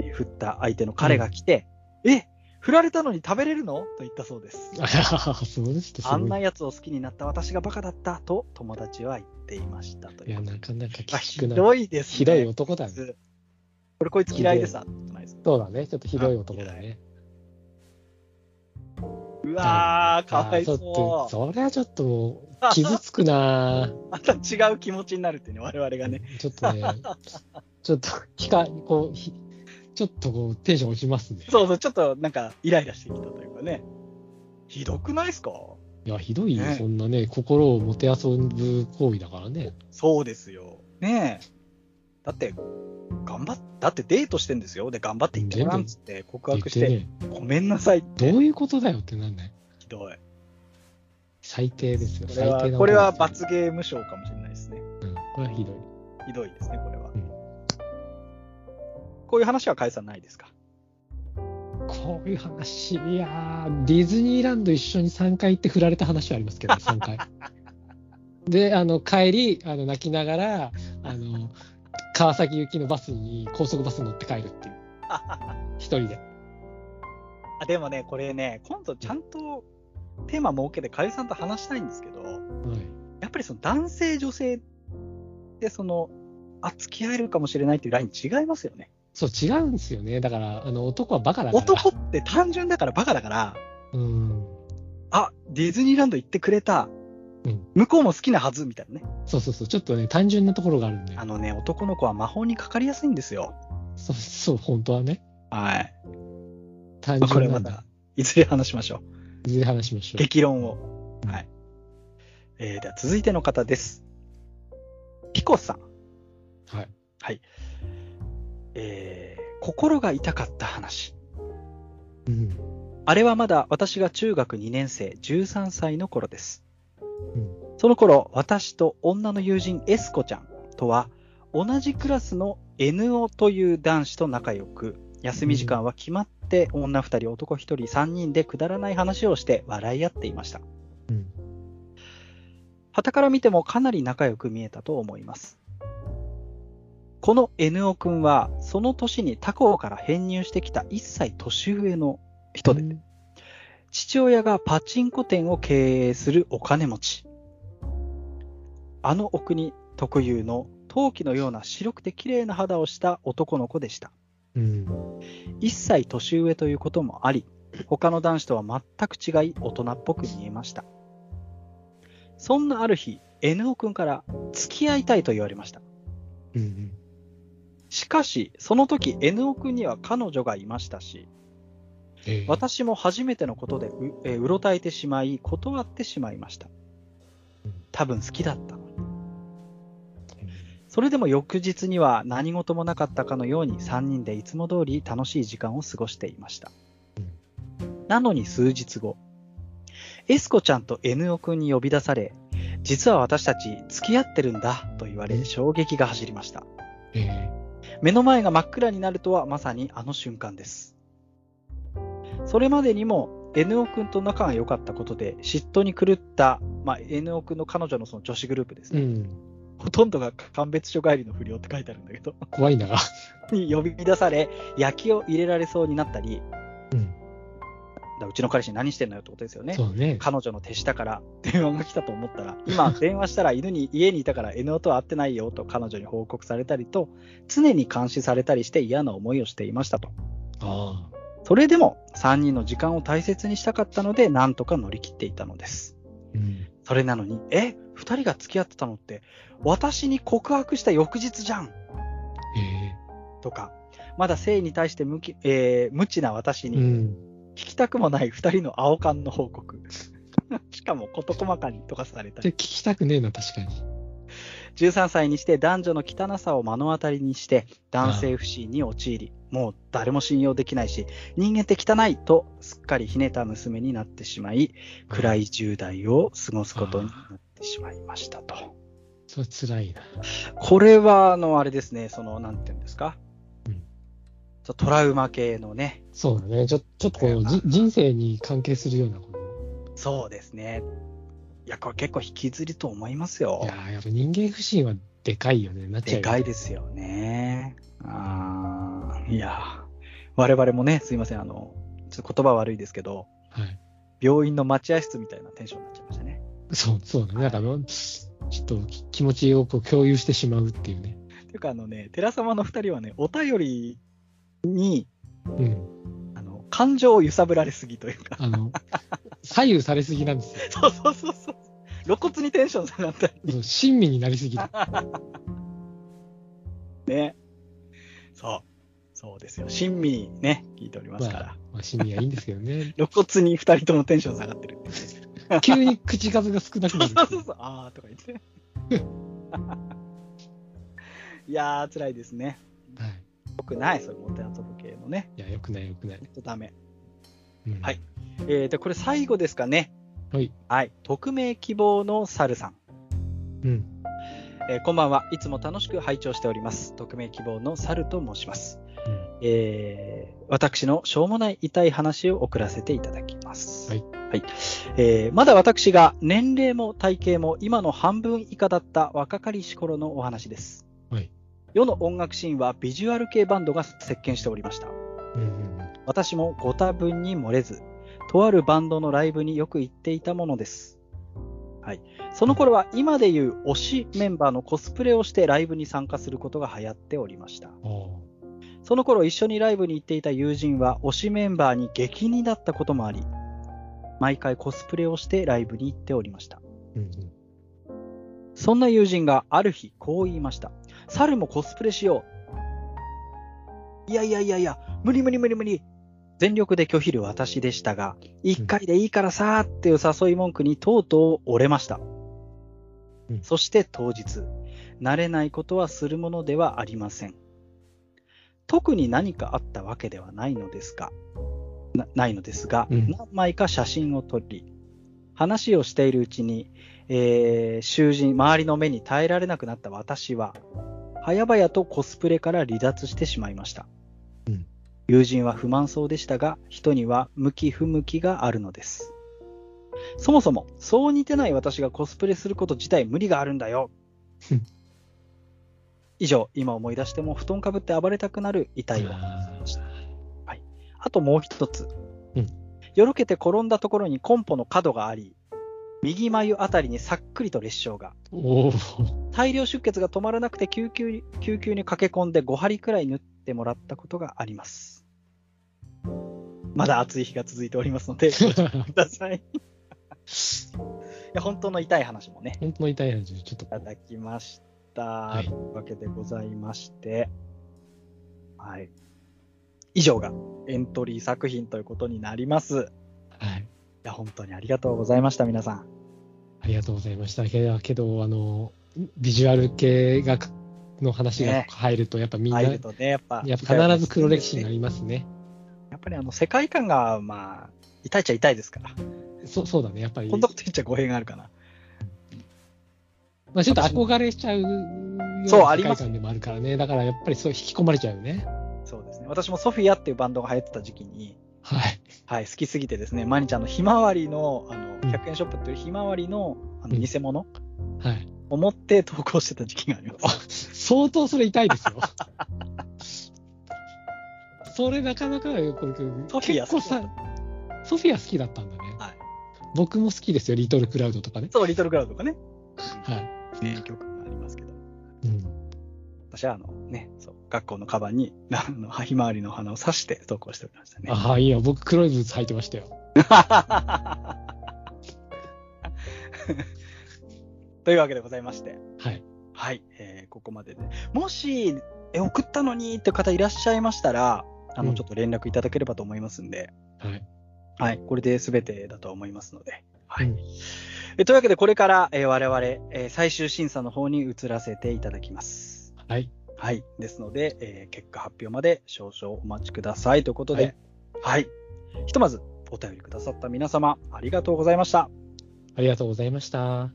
Speaker 3: えー振った相手の彼が来て、え振られたのに食べれるのと言ったそうです。
Speaker 4: あははそうでした。す
Speaker 3: あん
Speaker 4: ご。
Speaker 3: ないやつを好きになった私がバカだったと友達は言っていましたとい
Speaker 4: い
Speaker 3: う
Speaker 4: や、
Speaker 3: ことで。
Speaker 4: なかなかき
Speaker 3: あ
Speaker 4: つ
Speaker 3: ひ
Speaker 4: くない。
Speaker 3: どいですね。
Speaker 4: ひどい男だね。
Speaker 3: 俺こいつ嫌いでさ、ないです
Speaker 4: そうだね。ちょっとひどい男だね。
Speaker 3: うわー、かわい
Speaker 4: あーちょ
Speaker 3: そ
Speaker 4: っ
Speaker 3: う。
Speaker 4: とそれはちょっともう、傷つくなぁ
Speaker 3: また違う気持ちになるってね、我々がね。
Speaker 4: ちょっとね、ちょっと、ひか、こう、ひちょっとこう、テンション落ちますね。
Speaker 3: そうそう、ちょっとなんかイライラしてきたというかね。ひどくないですか
Speaker 4: いや、ひどいよ、
Speaker 3: ね
Speaker 4: そんなね、心をもてあそぶ行為だからね。
Speaker 3: そうですよ。ねえ。だって、頑張っ、だってデートしてんですよ。で、頑張って行ってごらんっつって告
Speaker 4: 言っ
Speaker 3: 白してて、
Speaker 4: ね、
Speaker 3: ごめんなさい。
Speaker 4: どういうことだよってなんだよ。
Speaker 3: ひどい。
Speaker 4: 最低ですよ、
Speaker 3: こ
Speaker 4: 最
Speaker 3: れ
Speaker 4: 低
Speaker 3: は、
Speaker 4: な
Speaker 3: これは
Speaker 4: 男です
Speaker 3: 罰ゲーム賞かもしれないですね。
Speaker 4: うんこれはひどい。
Speaker 3: ひどいですね、これは
Speaker 4: うん。
Speaker 3: こういう話は解散ないですか
Speaker 4: こういう話、いやー、ディズニーランド一緒に3回行って振られた話はありま
Speaker 3: [LAUGHS]
Speaker 4: すけど、ね、3回。で、あの、帰り、あの、泣きながら、あの、川崎行きのバスに、高速バスに乗って帰
Speaker 3: [LAUGHS]
Speaker 4: るっていう。一人で。
Speaker 3: あでもね、これね、今度ちゃんとテーマ設けて、かゆさんと話したいんですけど、
Speaker 4: はい。
Speaker 3: やっぱりその男性、女性って、その、あ、付き合えるかもしれないっていうライン違いますよね。
Speaker 4: そう、違うんですよね。だから、あの、男はバカだから。
Speaker 3: 男って単純だからバカだから、
Speaker 4: うん。
Speaker 3: あ、ディズニーランド行ってくれた
Speaker 4: うん。
Speaker 3: 向こうも好きなはずみたいなね。
Speaker 4: そうそうそう。ちょっとね、単純なところがあるんで
Speaker 3: あ。のね、男の子は魔法にかかりやすいんですよ。
Speaker 4: そうそう、本当はね。
Speaker 3: はい。
Speaker 4: 単
Speaker 3: まあこれ
Speaker 4: 純な
Speaker 3: ま
Speaker 4: んだ
Speaker 3: た。、いずれ話しましょう。
Speaker 4: いずれ話しましょう。
Speaker 3: 激論を。はい。えー、では続いての方です。ピコさん。
Speaker 4: はい。
Speaker 3: えー心が痛かった話。
Speaker 4: うん。
Speaker 3: あれはまだ私が中学2年生13歳の頃です。
Speaker 4: うん
Speaker 3: その頃、私と女の友人 S 子ちゃんとは同じクラスの NO という男子と仲良く、休み時間は決まって女2人、男1人、3人でくだらない話をして笑い合っていました。
Speaker 4: うん。
Speaker 3: 傍から見てもかなり仲良く見えたと思います。この NO 君は、その年に他校から編入してきた1歳年上の人で、
Speaker 4: うん
Speaker 3: 父親がパチンコ店を経営するお金持ち。あのお国特有の陶器のような白くて綺麗な肌をした男の子でした。
Speaker 4: うん。
Speaker 3: 1歳年上ということもあり、他の男子とは全く違い大人っぽく見えましたそんなある日 N オ君から付き合いたいと言われました
Speaker 4: うん
Speaker 3: しかしその時 N オ君には彼女がいましたし
Speaker 4: ええ
Speaker 3: 私も初めてのことでう,、えーうろたえてしまい断ってしまいました多分好きだったのにそれでも翌日には何事もなかったかのように3人でいつも通り楽しい時間を過ごしていましたなのに数日後エスコちゃんと N オ君に呼び出され実は私たち付き合ってるんだと言われ衝撃が走りました
Speaker 4: ええ
Speaker 3: 目の前が真っ暗になるとはまさにあの瞬間ですそれまでにも N オ君と仲が良かったことで嫉妬に狂った、まあ、N オ君の彼女のその女子グループです
Speaker 4: う
Speaker 3: ね、
Speaker 4: ん
Speaker 3: ほとんどが鑑別所帰りの不良って書いてあるんだけど [LAUGHS]
Speaker 4: 怖いな。
Speaker 3: に呼び出され焼きを入れられそうになったり、
Speaker 4: うん
Speaker 3: だからうちの彼氏何してんのよってことですよね
Speaker 4: [LAUGHS] そうね。
Speaker 3: 彼女の手下から電話が来たと思ったら、今、電話したら犬に家にいたから N とは会ってないよと彼女に報告されたりと、常に監視されたりして嫌な思いをしていましたと。
Speaker 4: ああ。
Speaker 3: それでも3人の時間を大切にしたかったので、なんとか乗り切っていたのです。
Speaker 4: うん。
Speaker 3: それなのに、え、2人が付き合ってたのって、私に告白した翌日じゃん
Speaker 4: ええ
Speaker 3: とか、まだ性に対して無き、えー無知な私に、
Speaker 4: うん。
Speaker 3: 聞きたくもない2人の青缶の報告。 [LAUGHS] しかも事細かにとかされたり
Speaker 4: で、聞きたくねえな、確かに。
Speaker 3: 13歳にして男女の汚さを目の当たりにして男性不信に陥りもう誰も信用できないし人間って汚いとすっかりひねった娘になってしまい暗い10代を過ごすことになってしまいましたと
Speaker 4: それ辛いな。
Speaker 3: これはあのあれですねそのなんていうんですか、
Speaker 4: うん
Speaker 3: そうトラウマ系のね
Speaker 4: そうだね。ちょちょっとこ
Speaker 3: そう
Speaker 4: う
Speaker 3: だ
Speaker 4: じ人生に関係するようなこ
Speaker 3: そうですねいやこれ結構引きずると思いますよ
Speaker 4: と。いやーやっぱ人間不信はでかいよね。なっち
Speaker 3: で
Speaker 4: ゃうよね
Speaker 3: かいですよね。あーいや、我々もね、すいません、あの、ちょっと言葉悪いですけど、
Speaker 4: はい。
Speaker 3: 病院の待合室みたいなテンションになっちゃいましたね。
Speaker 4: そう、そうだね。なんかあの、ちょっとき気持ちをこう共有してしまうっていうね。
Speaker 3: ていうか、あのね、寺様の2人はね、お便りに
Speaker 4: うん。
Speaker 3: あの感情を揺さぶられすぎというか、
Speaker 4: あの、左右されすぎなんですよ。
Speaker 3: そうそうそうそう、露骨にテンション下がったり
Speaker 4: そう親身になりすぎる。
Speaker 3: ね。そう、そうですよ、親身にね、聞いておりますから、
Speaker 4: まあ、親身はいいんですけどね。
Speaker 3: 露骨に2人ともテンション下がってるっていうね
Speaker 4: 急に口数が少な
Speaker 3: そ
Speaker 4: くな
Speaker 3: う
Speaker 4: る。
Speaker 3: そう [LAUGHS] そうそう、あーとか言って。 [LAUGHS] いやー、辛いですね。
Speaker 4: はい。
Speaker 3: よくない、それ、もてあそぶ系のね。
Speaker 4: いや、よくない、よくない。
Speaker 3: ほんとダメ。
Speaker 4: うん
Speaker 3: はい。えー、で、これ最後ですかね。
Speaker 4: はい。
Speaker 3: はい。匿名希望の猿さん。
Speaker 4: うん。
Speaker 3: えーこんばんは。いつも楽しく拝聴しております。匿名希望の猿と申します。
Speaker 4: うん
Speaker 3: えー私のしょうもない痛い話を送らせていただきます。
Speaker 4: はい。
Speaker 3: えーまだ私が年齢も体型も今の半分以下だった若かりし頃のお話です。
Speaker 4: はい
Speaker 3: 世の音楽シーンはビジュアル系バンドが席巻しておりました。
Speaker 4: うんうんうん。
Speaker 3: 私もご多分に漏れず、とあるバンドのライブによく行っていたものです。はい、その頃は今でいう推しメンバーのコスプレをしてライブに参加することが流行っておりました。
Speaker 4: お
Speaker 3: その頃一緒にライブに行っていた友人は推しメンバーに激似だったこともあり、毎回コスプレをしてライブに行っておりました。
Speaker 4: うんうん。
Speaker 3: そんな友人がある日こう言いました。猿もコスプレしよう。いやいやいやいや、無理無理無理無理。全力で拒否る私でしたが、一回でいいからさーっていう誘い文句にとうとう折れました。
Speaker 4: うん
Speaker 3: そして当日、慣れないことはするものではありません。特に何かあったわけではないのですが、なないのですが、
Speaker 4: うん
Speaker 3: 何枚か写真を撮り、話をしているうちに、えー囚人、周りの目に耐えられなくなった私は、早々とコスプレから離脱してしまいました。
Speaker 4: うん
Speaker 3: 友人は不満そうでしたが、人には向き不向きがあるのです。そもそも、そう似てない私がコスプレすること自体無理があるんだよ
Speaker 4: うん。
Speaker 3: 以上、今思い出しても布団かぶって暴れたくなる痛いわ。
Speaker 4: あー
Speaker 3: あともう一つ。
Speaker 4: うん
Speaker 3: よろけて転んだところにコンポの角があり、右眉あたりにさっくりと裂傷が。
Speaker 4: おお。
Speaker 3: 大量出血が止まらなくて救急に救急に駆け込んで5針くらい縫ってもらったことがあります。まだ暑い日が続いております
Speaker 4: [LAUGHS]
Speaker 3: ので、ご注意ください。い [LAUGHS] や、本当の痛い話もね、
Speaker 4: 本当の痛い話でちょっと
Speaker 3: いただきました。
Speaker 4: い
Speaker 3: というわけでございまして、はい。以上がエントリー作品ということになります。
Speaker 4: はい
Speaker 3: いや、本当にありがとうございました、皆さん。
Speaker 4: ありがとうございましたけどけどあのビジュアル系がの話が
Speaker 3: ね
Speaker 4: 入るとやっぱみんな、
Speaker 3: 入るとね、やっぱ。
Speaker 4: やっぱ必ず黒歴史になりますね
Speaker 3: やっぱりあの、世界観が、まあ、痛いっちゃ痛いですから。
Speaker 4: そうそうだねやっぱり
Speaker 3: こんなこと言っちゃ語弊があるかな。
Speaker 4: まあ、ちょっと憧れちゃうよな
Speaker 3: そうあ
Speaker 4: 世
Speaker 3: り
Speaker 4: 界
Speaker 3: ます
Speaker 4: 観でもあるからねだからやっぱりそう引き込まれちゃうよね
Speaker 3: そうですね。私もソフィアっていうバンドが流行ってた時期に、
Speaker 4: はい
Speaker 3: はい、好きすぎてですね、毎日あの、ひまわりの、あの、
Speaker 4: ん
Speaker 3: 100円ショップっていうひまわりの、あの、
Speaker 4: うん
Speaker 3: 偽物
Speaker 4: はい
Speaker 3: を持って投稿してた時期があります。
Speaker 4: あ相当それ痛いですよ
Speaker 3: [LAUGHS]
Speaker 4: それなかなかよこれ
Speaker 3: ソフィア
Speaker 4: 結構さソフィア好きだったんだね、
Speaker 3: はい
Speaker 4: 僕も好きですよリトルクラウドとかね
Speaker 3: そう、リトルクラウドとかね。
Speaker 4: はい
Speaker 3: 名曲がありますけど。
Speaker 4: うん
Speaker 3: 私はあのね、そう、学校のカバンに、あの、ひまわりの花を刺して投稿しておりましたね。
Speaker 4: ああいいよ僕黒いブーツ履いてましたよ
Speaker 3: [LAUGHS] というわけでございまして、
Speaker 4: はい
Speaker 3: はい、えーここまでで。もし、え、送ったのにって方いらっしゃいましたら、あ
Speaker 4: う
Speaker 3: の、
Speaker 4: ん
Speaker 3: ちょっと連絡いただければと思いますんで、
Speaker 4: はい
Speaker 3: はい、これで全てだと思いますので、はい。
Speaker 4: うん
Speaker 3: えというわけで、これから、えー我々、えー最終審査の方に移らせていただきます。
Speaker 4: はい
Speaker 3: はい。ですので、えー結果発表まで少々お待ちくださいということで、はい、ひとまず、お便りくださった皆様、ありがとうございました。
Speaker 4: ありがとうございました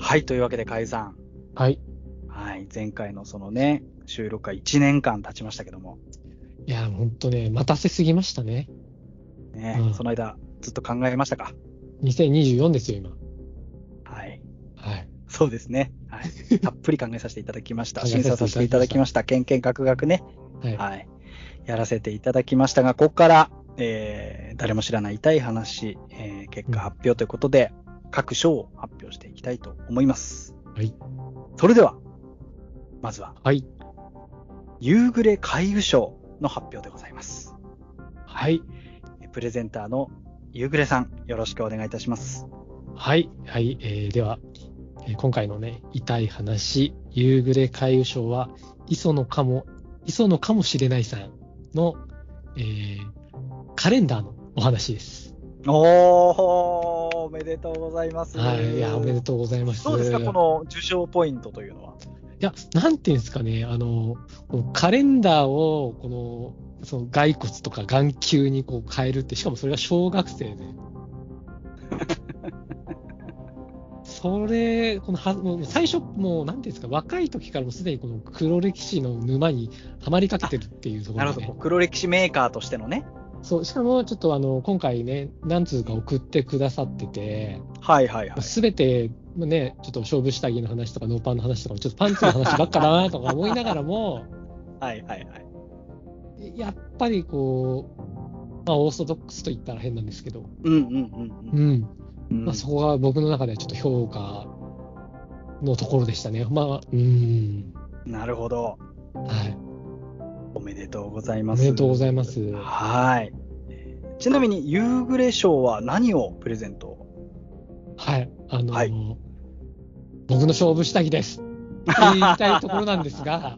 Speaker 3: はい。というわけで、解散。
Speaker 4: はい
Speaker 3: はい。前回のそのね、収録が1年間経ちましたけども、
Speaker 4: いや本当ね待たせすぎましたね
Speaker 3: ね、
Speaker 4: うん
Speaker 3: その間、ずっと考えましたか。
Speaker 4: 2024ですよ今
Speaker 3: はい。
Speaker 4: はい
Speaker 3: そうですね。はい。たっぷり考えさせていただきました。
Speaker 4: 考え
Speaker 3: 審査
Speaker 4: させていただきました
Speaker 3: させていただきました。けんけんがくがくね。
Speaker 4: はい、
Speaker 3: はい。やらせていただきましたが、ここから、えー誰も知らない痛い話、えー結果発表ということで、各賞を発表していきたいと思います。
Speaker 4: はい。
Speaker 3: それでは、まずは、
Speaker 4: はい。
Speaker 3: 夕暮れ会議賞の発表でございます。
Speaker 4: はい。
Speaker 3: えプレゼンターの夕暮れさん、よろしくお願いいたします。
Speaker 4: はい。はい。えーでは、えー今回のね、痛い話、夕暮れ回遊賞は、磯野かも、磯野かもしれないさんの、えーカレンダーのお話です。
Speaker 3: おー、おめでとうございます。
Speaker 4: はい。いや、おめでとうございます。
Speaker 3: どうですか、この受賞ポイントというのは。
Speaker 4: いや、なんていうんですかね、あの、このカレンダーを、この、その骸骨とか眼球にこう変えるって、しかもそれが小
Speaker 3: [LAUGHS]
Speaker 4: 学生で。それ、このは、もう最初、もう、なんていうんですか、若い時からもうすでにこの黒歴史の沼にはまりかけてるっていうとこ
Speaker 3: なる
Speaker 4: ろ
Speaker 3: ほ
Speaker 4: で、
Speaker 3: ど、黒歴史メーカーとしてのね。
Speaker 4: そう、しかもちょっとあの、今回ね、何通か送ってくださってて、
Speaker 3: はいはいはい。
Speaker 4: すべて、まあね、ちょっと勝負下着の話とか、ノーパンの話とか、ちょっとパンツの話ばっかだなとか思いながらも、
Speaker 3: はいはいはい。
Speaker 4: やっぱりこう、まあ、オーソドックスと言ったら変なんですけど、
Speaker 3: うんうんうんうん
Speaker 4: うん
Speaker 3: うん。
Speaker 4: まあ、そこが僕の中ではちょっと評価のところでしたね。まあ、うん、
Speaker 3: なるほど。
Speaker 4: はい、
Speaker 3: おめでとうござい
Speaker 4: お
Speaker 3: ま
Speaker 4: め
Speaker 3: す。
Speaker 4: でとうござ
Speaker 3: い
Speaker 4: います。
Speaker 3: はい。ちなみに、夕暮れ賞は何をプレゼント
Speaker 4: はい、あの、
Speaker 3: はい
Speaker 4: 僕の勝負下着ですって言いたいところなんですが、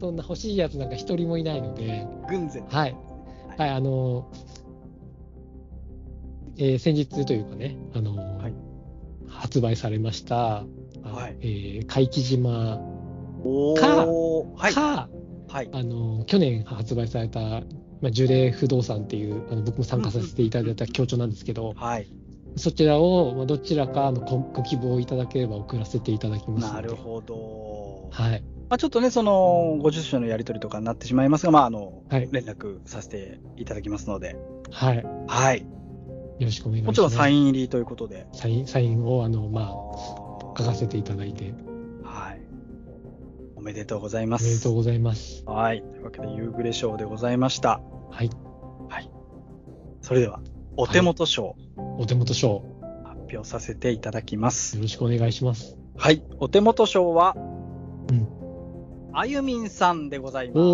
Speaker 4: そんな欲しいやつなんか一人もいないので、
Speaker 3: 軍勢。
Speaker 4: はい、はい、あの、えー先日というかね、あの、
Speaker 3: はい
Speaker 4: 発売されました、あの
Speaker 3: はい
Speaker 4: えー、怪奇島
Speaker 3: お
Speaker 4: か
Speaker 3: お。はい。
Speaker 4: か、
Speaker 3: はい。
Speaker 4: あの去年発売された、まあ、樹齢不動産っていうあの僕も参加させていただいた協調なんですけど、
Speaker 3: はい。
Speaker 4: そちらを、まあ、どちらかのごご希望いただければ送らせていただきますの
Speaker 3: な
Speaker 4: で
Speaker 3: るほど。
Speaker 4: はい、
Speaker 3: まあ、ちょっとね、その、ご住所のやり取りとかになってしまいますが、まあ、あの、
Speaker 4: はい
Speaker 3: 連絡させていただきますので、
Speaker 4: はい、よ
Speaker 3: はい。
Speaker 4: ろしくお願いし
Speaker 3: も
Speaker 4: ます
Speaker 3: ちろんサ
Speaker 4: ン
Speaker 3: イン入りということで。
Speaker 4: サインサインをあの、まあ、書
Speaker 3: 書
Speaker 4: かせていただいて
Speaker 3: はい。おめでとうございま
Speaker 4: おめですとう。ございます
Speaker 3: はい。というわけで、夕暮れ賞でございました。
Speaker 4: はい
Speaker 3: それでは、お手元賞、
Speaker 4: お手元賞、
Speaker 3: 発表させていただきます。
Speaker 4: よろしくお願いします。
Speaker 3: はい、お手元賞は、
Speaker 4: うん
Speaker 3: あゆみんさんでございます。
Speaker 4: おー、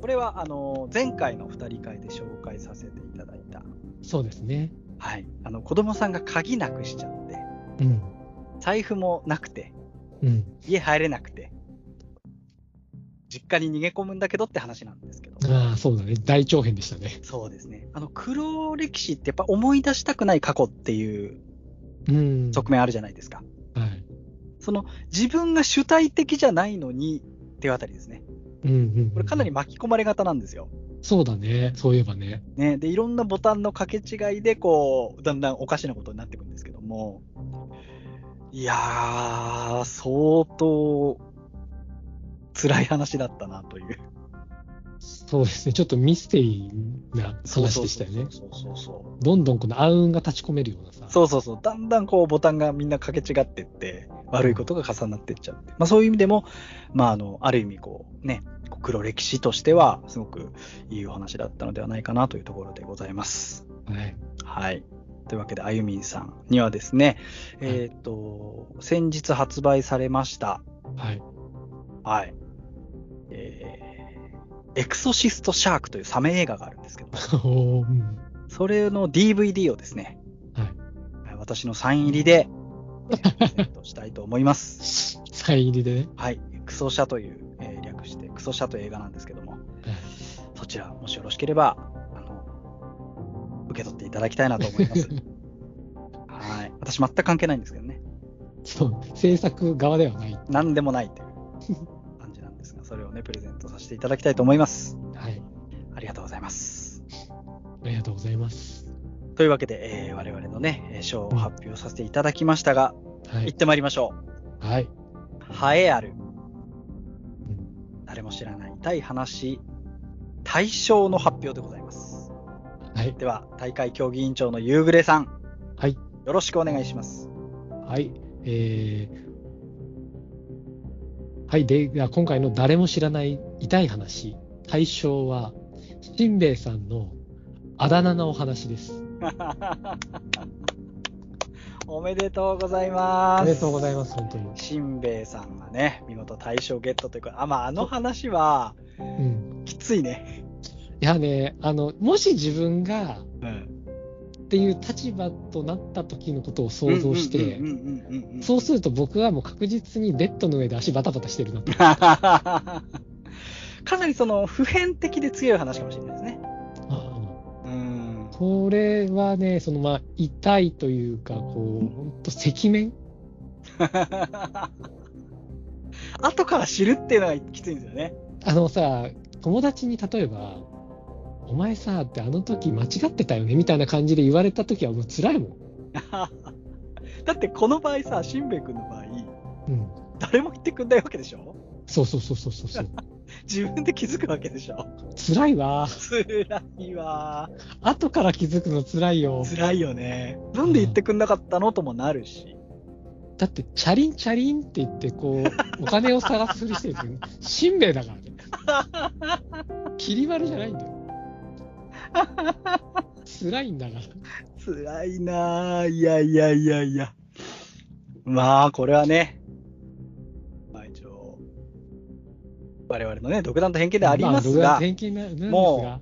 Speaker 3: これはあの前回の2人会で紹介させていただいた、
Speaker 4: そうですね。
Speaker 3: はい、あの子供さんが鍵なくしちゃって
Speaker 4: うん、
Speaker 3: 財布もなくて
Speaker 4: うん。
Speaker 3: 家入れなくて実家に逃げ込むんだけどって話なんですけど
Speaker 4: ああ、そうだね。大長編でしたね。
Speaker 3: そうですねあの黒歴史ってやっぱ思い出したくない過去っていう
Speaker 4: うん。
Speaker 3: 側面あるじゃないですか
Speaker 4: はい。
Speaker 3: その自分が主体的じゃないのにっていうあたりですね
Speaker 4: うんうん、うん。
Speaker 3: これかなり巻き込まれ型なんですよ、
Speaker 4: そうだね。そういえばね。
Speaker 3: ね、でいろんなボタンの掛け違いでこうだんだんおかしなことになっていくんですけどもいやー相当辛い話だったなという
Speaker 4: そうですね。ちょっとミステリーな話でしたよね。
Speaker 3: そうそうそ
Speaker 4: どんどんこの暗雲が立ち込めるようなさ。
Speaker 3: うそうそうそうだんだんこうボタンがみんな掛け違ってって悪いことが重なってっちゃって、まあ、そういう意味でも、まあ、あのある意味こうねこう黒歴史としてはすごくいいお話だったのではないかなというところでございます。
Speaker 4: はい。
Speaker 3: はい。というわけで、あゆみんさんにはですね、えっ、と、先日発売されました、
Speaker 4: はい。 [LAUGHS]
Speaker 3: はい。えーエクソシストシャークというサメ映画があるんですけど、
Speaker 4: おーうん。
Speaker 3: それの DVD をですね、
Speaker 4: はい
Speaker 3: はい。私のサイン入りで、え [LAUGHS] ープレゼントしたいと思います。
Speaker 4: サイン入りでね。
Speaker 3: はい。クソシャという、えー略して、クソシャという映画なんですけども、
Speaker 4: はい
Speaker 3: そちら、もしよろしければ、あの、受け取っていただきたいなと思い [LAUGHS] ます。はい。私、全く関係ないんですけどね。
Speaker 4: そう。制作側ではない。
Speaker 3: 何でもないという感じなんですが、それをね、プレゼントさせていただきたいと思います。
Speaker 4: はい。
Speaker 3: ありがとうございます。
Speaker 4: ありがとうございます。
Speaker 3: というわけで、えー我々のね、えー賞を発表させていただきましたが、
Speaker 4: は
Speaker 3: 行
Speaker 4: い
Speaker 3: っ。てまいりましょ
Speaker 4: はい。
Speaker 3: う。栄えある、誰も知らない対話、大賞の発表でございます。
Speaker 4: はい。
Speaker 3: では、大会競技委員長の夕暮れさん。
Speaker 4: はい。
Speaker 3: よろしくお願いします。 [LAUGHS]
Speaker 4: はい。えーはい。で、では今回の誰も知らない痛い話、対象は、しんべヱさんのあだ名のお話です。
Speaker 3: おめでとうございます。
Speaker 4: ありがとうございます、本当に。
Speaker 3: しんべヱさんがね、見事大賞ゲットというか、あ、まあ、あの話は
Speaker 4: うん。
Speaker 3: きついね。
Speaker 4: いやね、あの、もし自分が
Speaker 3: うん。
Speaker 4: っていう立場となった時のことを想像し
Speaker 3: うん
Speaker 4: て
Speaker 3: う、んうんうんうん
Speaker 4: そうすると僕はもう確実にベッドの上で足バタバタしてるな
Speaker 3: [LAUGHS]
Speaker 4: と。
Speaker 3: かなりその普遍的で強い話かもしれないですね。うん。
Speaker 4: これはね、そのまあ、痛いというか、こう、本当赤面
Speaker 3: [LAUGHS] 後から知るっていうのがきついんですよね。
Speaker 4: あのさ、友達に例えば、お前さ、ってあの時間違ってたよねみたいな感じで言われた時はもう辛いもん。
Speaker 3: [LAUGHS] だってこの場合さ、しんべヱ君の場合、
Speaker 4: うん。
Speaker 3: 誰も言ってくんないわけでしょ
Speaker 4: そうそうそうそうそう
Speaker 3: [LAUGHS]
Speaker 4: そう。
Speaker 3: 自分で気づくわけでしょ
Speaker 4: 辛いわ。
Speaker 3: つらいわ
Speaker 4: 後から気づくの辛いよ
Speaker 3: ー。。つらいよね。なんで言ってくんなかったのともなるし。
Speaker 4: だって、チャリンチャリンって言って、こう、お金を探すふりしてるんですよね。しんべヱだからね。きり丸じゃないんだよ。辛いんだから。
Speaker 3: 辛いなあいやいやいやいや。まあ、これはね、まあ一応、我々のね、独断と偏見であります
Speaker 4: まあ
Speaker 3: が、
Speaker 4: 偏見ななんですが。
Speaker 3: も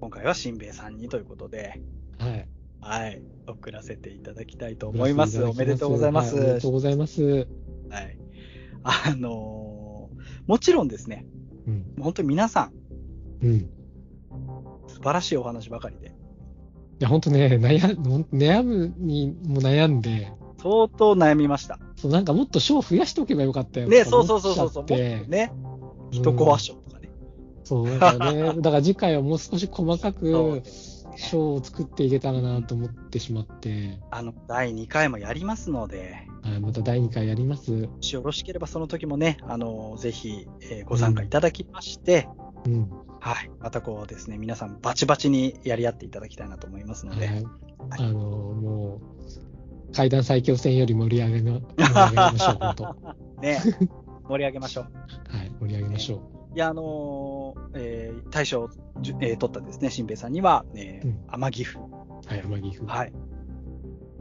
Speaker 3: 今回はしんべヱさんにということで、
Speaker 4: はい。
Speaker 3: はい、送らせていただきたいと思います。おめでとうございま
Speaker 4: はおめですと。うございます。
Speaker 3: はい。あのーもちろんですね、
Speaker 4: うん。
Speaker 3: 本当に皆さん、
Speaker 4: うん。
Speaker 3: 素晴らしいお話ばかりで、
Speaker 4: いや、本当ね、悩ほん悩むにも悩んで、
Speaker 3: 相当悩みました。
Speaker 4: そうなんかもっと賞増やしておけばよかったよ
Speaker 3: ね、
Speaker 4: と
Speaker 3: そ
Speaker 4: か
Speaker 3: うそうそ
Speaker 4: 思っ
Speaker 3: う
Speaker 4: ちゃ
Speaker 3: そう
Speaker 4: っ
Speaker 3: そう、
Speaker 4: て
Speaker 3: ね、
Speaker 4: うん
Speaker 3: 一コア賞とかね。
Speaker 4: そう、だからね、 [LAUGHS] だから次回はもう少し細か
Speaker 3: そう
Speaker 4: く
Speaker 3: ですね
Speaker 4: 賞を作っていけたらなと思ってしまって、
Speaker 3: あの、第2回もやりますので、
Speaker 4: はい、また第2回やります。
Speaker 3: もしよろしければその時もね、あの、ぜひ、えーご参加いただきまして、
Speaker 4: うん。
Speaker 3: はい。またこうですね、皆さんバチバチにやり合っていただきたいなと思いますの
Speaker 4: は
Speaker 3: で、
Speaker 4: い。あの、もう、階段最強戦より盛り上げま、盛り上げましょう、
Speaker 3: [LAUGHS]
Speaker 4: 本当。は
Speaker 3: ね、盛り上げましょう。
Speaker 4: い、盛り上げましょ
Speaker 3: いや、あのーえー大賞をじゅ、えー取ったですね、新兵衛さんには、えー
Speaker 4: うん
Speaker 3: 天城府
Speaker 4: はい、天城くん。
Speaker 3: はい。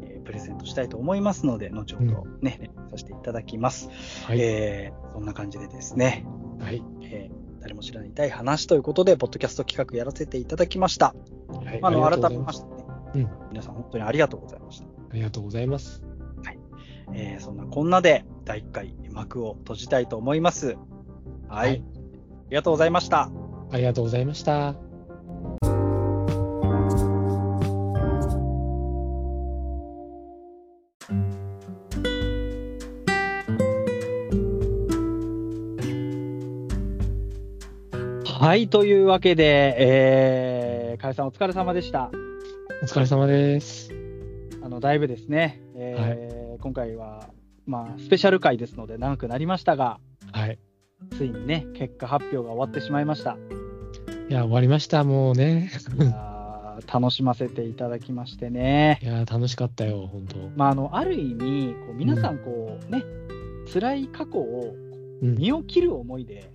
Speaker 3: えープレゼントしたいと思いますので、後ほどね、連絡させていただきます。
Speaker 4: はい。
Speaker 3: えーそんな感じでですね、
Speaker 4: はい。
Speaker 3: えー誰も知らない痛い話ということで、ポッドキャスト企画やらせていただきました。
Speaker 4: はい
Speaker 3: あの、
Speaker 4: りが
Speaker 3: 改
Speaker 4: と
Speaker 3: め
Speaker 4: うござ
Speaker 3: ま
Speaker 4: いし
Speaker 3: してね、
Speaker 4: た。うん。
Speaker 3: 皆さん本当にありがとうございました。
Speaker 4: ありがとうございます。
Speaker 3: えーそんなこんなで、第1回幕を閉じたいと思います。はい。
Speaker 4: はい
Speaker 3: ありがとうございました。
Speaker 4: ありがとうございました。
Speaker 3: はい、というわけで、えー、かえさんお疲れ様でした。
Speaker 4: お疲れ様です。
Speaker 3: あの、だいぶですね、えー今回は、まあ、スペシャル回ですので長くなりましたが、
Speaker 4: はい。
Speaker 3: ついにね、結果発表が終わってしまいま [LAUGHS] した。
Speaker 4: いや、終わりました。もうね。
Speaker 3: いやー楽しませていただきましてね。
Speaker 4: いや、楽しかったよ、本当。
Speaker 3: まあ、あの、ある意味、こう皆さん、こう、ね、辛い過去を
Speaker 4: うん。
Speaker 3: 身を切る思いで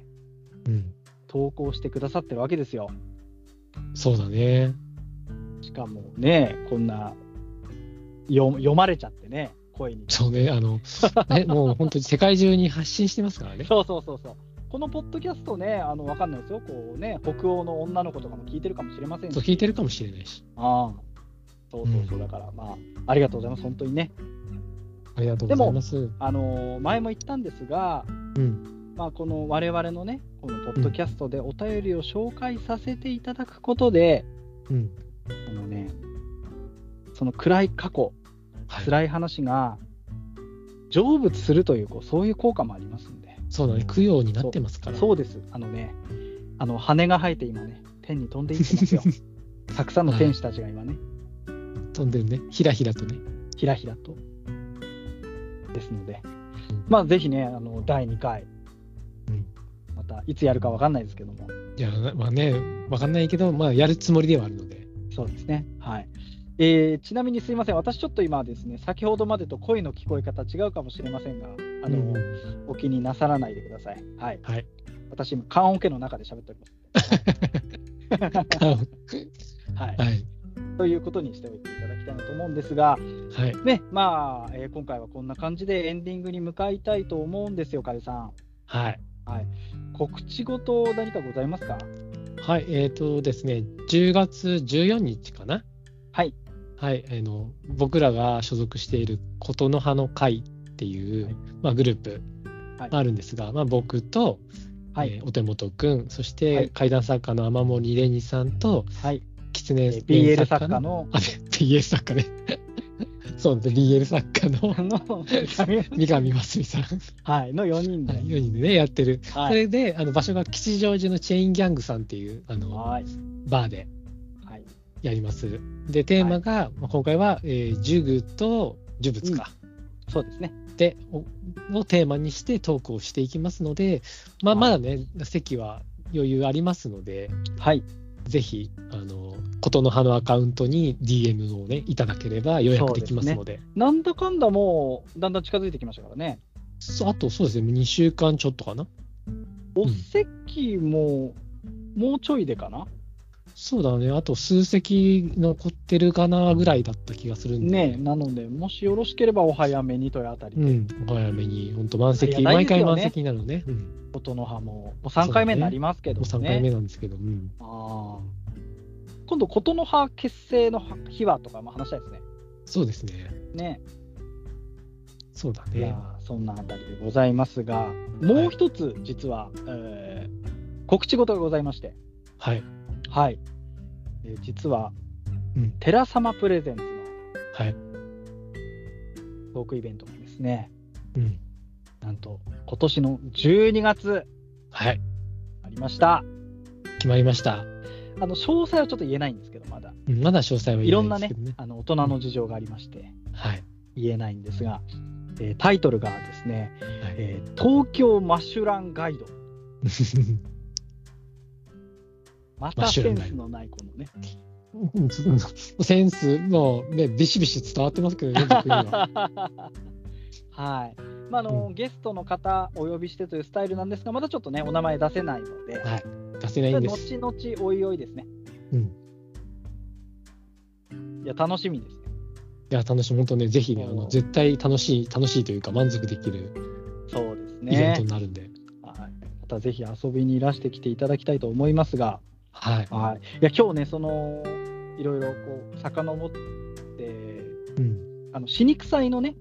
Speaker 4: うん。
Speaker 3: 投稿してくださってるわけですよ。
Speaker 4: そうだね。
Speaker 3: しかもね、こんな、読読まれちゃってね、声に。
Speaker 4: そうね。あの、ね、もう本当に世界中に発信してますからね。
Speaker 3: そうそうそうそう。このポッドキャストね、あの、わかんないですよ。こうね、北欧の女の子とかも聞いてるかもしれません
Speaker 4: そう、
Speaker 3: し。
Speaker 4: 聞いてるかもしれないし。
Speaker 3: ああ。そうそうそうう。
Speaker 4: ん
Speaker 3: だから、まあ、ありがとうございます。本当にね。
Speaker 4: ありがとうございます。
Speaker 3: あのー前も言ったんですが、
Speaker 4: うん。
Speaker 3: まあ、この我々のね、このポッドキャストでお便りを紹介させていただくことで、
Speaker 4: うん。
Speaker 3: あのね、その暗い過去、
Speaker 4: はい
Speaker 3: 辛い話が成仏するというこう、そういう効果もありますんで、
Speaker 4: そうだね。供養になってますから。
Speaker 3: そうです、あのね、あの羽が生えて今ね、天に飛んでいって
Speaker 4: [LAUGHS]
Speaker 3: ますよ。たくさんの天使たちが今ね、
Speaker 4: 飛んでるね。ひらひらとね。
Speaker 3: ひらひらと。ですので
Speaker 4: うん、
Speaker 3: まあ、ぜひね、あの第2回、
Speaker 4: うん
Speaker 3: またいつやるかわかんないですけども、
Speaker 4: いや、まあね、わかんないけど、まあ、やるつもりではあるので。
Speaker 3: そうですね。はい。えーちなみにすいません、私ちょっと今ですね、先ほどまでと声の聞こえ方違うかもしれませんが、あの、
Speaker 4: うん
Speaker 3: お気になさらないでください。はい。
Speaker 4: はい
Speaker 3: 私今、缶オケの中で喋っております。はい。
Speaker 4: はい。
Speaker 3: ということにしておいていただきたいなと思うんですが、
Speaker 4: はい。
Speaker 3: ね、まあ、えー今回はこんな感じでエンディングに向かいたいと思うんですよ、かゆさん。
Speaker 4: はい。
Speaker 3: 告知事何かございますか
Speaker 4: はい。えっ、とですね、10月14日かな。
Speaker 3: はい。
Speaker 4: はい。あの、僕らが所属していることの葉の会っていう、
Speaker 3: はい
Speaker 4: まあ、グループ
Speaker 3: はい
Speaker 4: あるんですが、まあ、僕と、
Speaker 3: はい。
Speaker 4: えーお手元くん、そし
Speaker 3: は
Speaker 4: て
Speaker 3: い
Speaker 4: 怪談作家の天森れにさんと、
Speaker 3: はい。
Speaker 4: きつね
Speaker 3: えー BL 作家。の、
Speaker 4: あ、BL 作家ね。 [LAUGHS] そう、BL 作家
Speaker 3: [LAUGHS]
Speaker 4: の
Speaker 3: あの、
Speaker 4: 三上真澄さん、
Speaker 3: はい、の4人で。
Speaker 4: はい、4人でね、やってる
Speaker 3: は
Speaker 4: そ
Speaker 3: い。
Speaker 4: れであの場所が吉祥寺のチェインギャングさんっていうあの
Speaker 3: はい。
Speaker 4: バーで
Speaker 3: はい。
Speaker 4: やります。でテーマが、まあ今回は、えー、呪具と呪物か、
Speaker 3: そうですね。
Speaker 4: でおをテーマにしてトークをしていきますので、まあ、
Speaker 3: はい
Speaker 4: まだね、席は余裕ありますので
Speaker 3: はい。
Speaker 4: ぜひあの琴の葉のアカウントに DM をねいただければ予約できますので
Speaker 3: なんだかんだもう、だんだん近づいてきましたからね。
Speaker 4: そうあとそうですね2週間ちょっとかな
Speaker 3: お席も、もうちょいでかな
Speaker 4: そうだねあと数席残ってるかなぐらいだった気がするんで
Speaker 3: ねえなので、もしよろしければお早めにというあたり
Speaker 4: う
Speaker 3: で、
Speaker 4: ん、お早めに、本当満
Speaker 3: あ
Speaker 4: 席、
Speaker 3: りがたい
Speaker 4: 毎
Speaker 3: ですよね
Speaker 4: 回満席になるのね。うん、も
Speaker 3: 琴の葉も、もう3回目になりますけど
Speaker 4: う
Speaker 3: ね。
Speaker 4: 3回目なんですけど、うん。
Speaker 3: ああ今度、琴の葉結成の秘話とかも話したいですね。
Speaker 4: そうですね。
Speaker 3: ね
Speaker 4: そうだ
Speaker 3: いや
Speaker 4: ね。
Speaker 3: ーそんなあたりでございますが、もう一つ、実は、えー告知事がございまして、
Speaker 4: はい。
Speaker 3: はい。えー実は、
Speaker 4: うん
Speaker 3: テラサマプレゼンツの
Speaker 4: はい。
Speaker 3: トークイベントがですね、
Speaker 4: うん。
Speaker 3: なんと今年の12月
Speaker 4: はい。
Speaker 3: ありました。
Speaker 4: 決まりました。
Speaker 3: あの詳細はちょっと言えないんですけど、まだ
Speaker 4: うんまだ詳細は言
Speaker 3: いろん
Speaker 4: えな
Speaker 3: ない
Speaker 4: です
Speaker 3: ね
Speaker 4: けどね。
Speaker 3: あの大人の事情がありまして
Speaker 4: はい。
Speaker 3: 言えないんですが、えータイトルがですね、
Speaker 4: はい。
Speaker 3: えー東京マシュランガイド。また
Speaker 4: マシュ
Speaker 3: セ
Speaker 4: ラン
Speaker 3: ン
Speaker 4: ガイド
Speaker 3: スのないこのね。
Speaker 4: [LAUGHS] うんセンス、もうね、ビシビシ伝わってますけどね、僕には。
Speaker 3: はい。まああの
Speaker 4: う
Speaker 3: ゲストの方お呼びしてというスタイルなんですが、まだちょっとねお名前出せないので、
Speaker 4: はい。
Speaker 3: [LAUGHS]
Speaker 4: 出せないんです。
Speaker 3: 後々おいおいですね。
Speaker 4: うん
Speaker 3: や、楽しみですね。
Speaker 4: や、楽しい、本当ね、ぜひね、あの絶対楽しい、楽しいというか、満足できる
Speaker 3: そうです
Speaker 4: イベン
Speaker 3: ね
Speaker 4: ト。になるんで、
Speaker 3: はいまたぜひ遊びにいらしてきていただきたいと思いますが、
Speaker 4: はい。
Speaker 3: はい、いや今日ね、そのいろいろこう遡って、
Speaker 4: うん、
Speaker 3: あの死肉祭のね、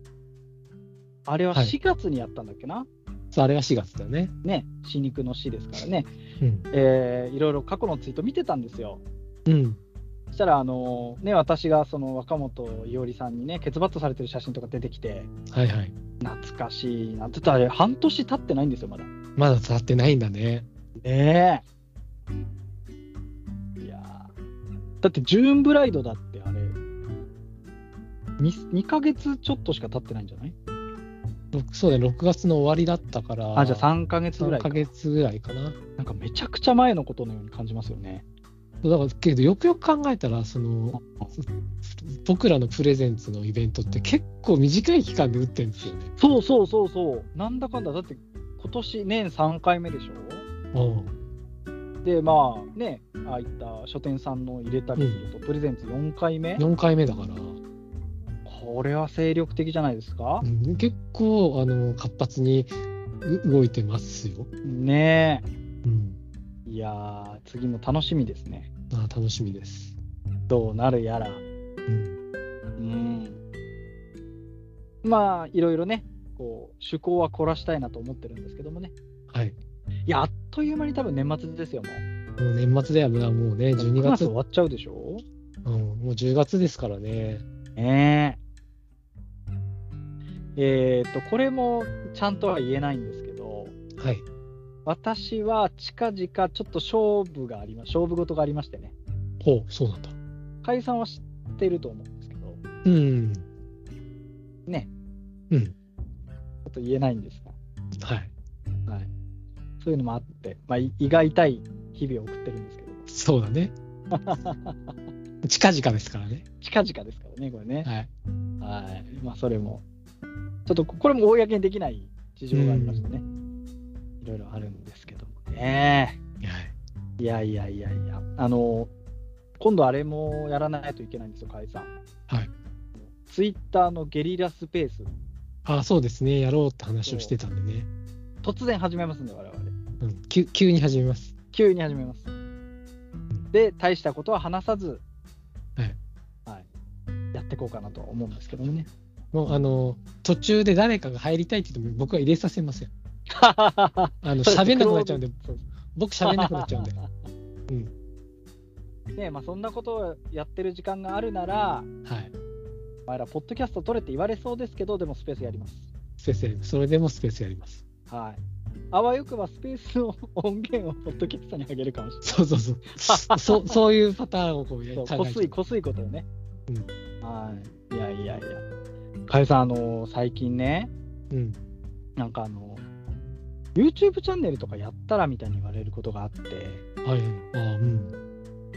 Speaker 3: あれは
Speaker 4: はい
Speaker 3: 4月にやったんだっけな、
Speaker 4: そうあれが4月だね。
Speaker 3: ね、死肉の死ですからね、
Speaker 4: うん、
Speaker 3: えーいろいろ過去のツイート見てたんですよ。
Speaker 4: うん、
Speaker 3: そしたら、あのね、私がその若本伊織さんにね、ケツバットされてる写真とか出てきて、
Speaker 4: はいはい。
Speaker 3: 懐かしいなって言ったら、あれ半年経ってないんですよ、まだ。
Speaker 4: まだ伝わってないんだね。
Speaker 3: ねえ。いやーだって、ジューンブライドだって、あれ、2, ヶ月ちょっとしか経ってないんじゃない
Speaker 4: ろくそうだね、6月の終わりだったから、
Speaker 3: あ、じゃあ3ヶ月ぐらい
Speaker 4: 3
Speaker 3: か
Speaker 4: ヶ。月ぐらいかな。
Speaker 3: なんかめちゃくちゃ前のことのように感じますよね。
Speaker 4: そうだからけどよくよく考えたらその僕らのプレゼンツのイベントって結構短い期間で打ってるんですよね。
Speaker 3: そうそうそうそう。なんだかんだ、だって今年年3回目でしょ
Speaker 4: うん
Speaker 3: で、まあね、ああいった書店さんの入れたりすると、プレゼンツ4回目、
Speaker 4: 4回目だから、
Speaker 3: これは精力的じゃないですか
Speaker 4: う。ん結構あの活発にう動いてますよ。
Speaker 3: ね
Speaker 4: うん、
Speaker 3: え。いやー、次も楽しみですね。
Speaker 4: あー楽しみです。
Speaker 3: どうなるやら。
Speaker 4: うん、
Speaker 3: うん。まあ、いろいろね、こう、趣向は凝らしたいなと思ってるんですけどもね。
Speaker 4: はい。
Speaker 3: いや、あっという間に多分年末ですよ、もう。
Speaker 4: もう年末だよ、もうね、12
Speaker 3: 9月
Speaker 4: 月、
Speaker 3: 終わっちゃうでしょ
Speaker 4: うん、もう10月ですからね。
Speaker 3: ねえ。えっと、これもちゃんとは言えないんですけど、
Speaker 4: はい。
Speaker 3: 私は近々ちょっと勝負がありま、勝負事がありましてね、
Speaker 4: ほう、そうなんだ。
Speaker 3: 解散は知ってると思うんですけど、ちょ
Speaker 4: うん。
Speaker 3: ね。
Speaker 4: うん。
Speaker 3: っと言えないんです
Speaker 4: はい。
Speaker 3: が、はい。そういうのもあって、まあ、い胃が痛い日々を送ってるんですけど、
Speaker 4: そうだ [LAUGHS] ね。近々ですからね。
Speaker 3: 近々ですからね、これね。
Speaker 4: はい。
Speaker 3: はい。まあ、それも、ちょっとこれも公にできない事情がありましてね、いろいろあるんですけどもね。
Speaker 4: はい
Speaker 3: いやいやいやいや、あの、今度あれもやらないといけないんですよ、解散。
Speaker 4: はい。
Speaker 3: ツイッターのゲリラスペース、
Speaker 4: あそうですね、やろうって話をしてたんでね、
Speaker 3: 突然始めますんで、我々。
Speaker 4: うん、急急に始めます。
Speaker 3: 急に始めます。で、大したことは話さず、
Speaker 4: はい
Speaker 3: はい。やっていこうかなとは思うんですけどもね。 [LAUGHS]
Speaker 4: もうあの途中で誰かが入りたいって言っても僕は入れさせません。あの喋んなくなっちゃうんで、
Speaker 3: そう
Speaker 4: 僕喋んなくなっちゃうんで。うん、
Speaker 3: ねまあそんなことをやってる時間があるなら、
Speaker 4: [LAUGHS] はい。
Speaker 3: お前ら、ポッドキャスト取れって言われそうですけど、でもスペースやります。
Speaker 4: スペースやります。それでもスペースやります。
Speaker 3: はい。あわよくばスペースの音源をポッドキャストにあげるかもしれない。
Speaker 4: そうそ
Speaker 3: [LAUGHS]
Speaker 4: うそう。そうそういうパターンをこうや
Speaker 3: そ
Speaker 4: 考
Speaker 3: うこ
Speaker 4: えて
Speaker 3: すいこすいことをね、
Speaker 4: う
Speaker 3: はいいやいやいや加谷さんあのー最近ね
Speaker 4: うん。
Speaker 3: なんかあのー YouTube チャンネルとかやったらみたいに言われることがあって
Speaker 4: はい。あうん。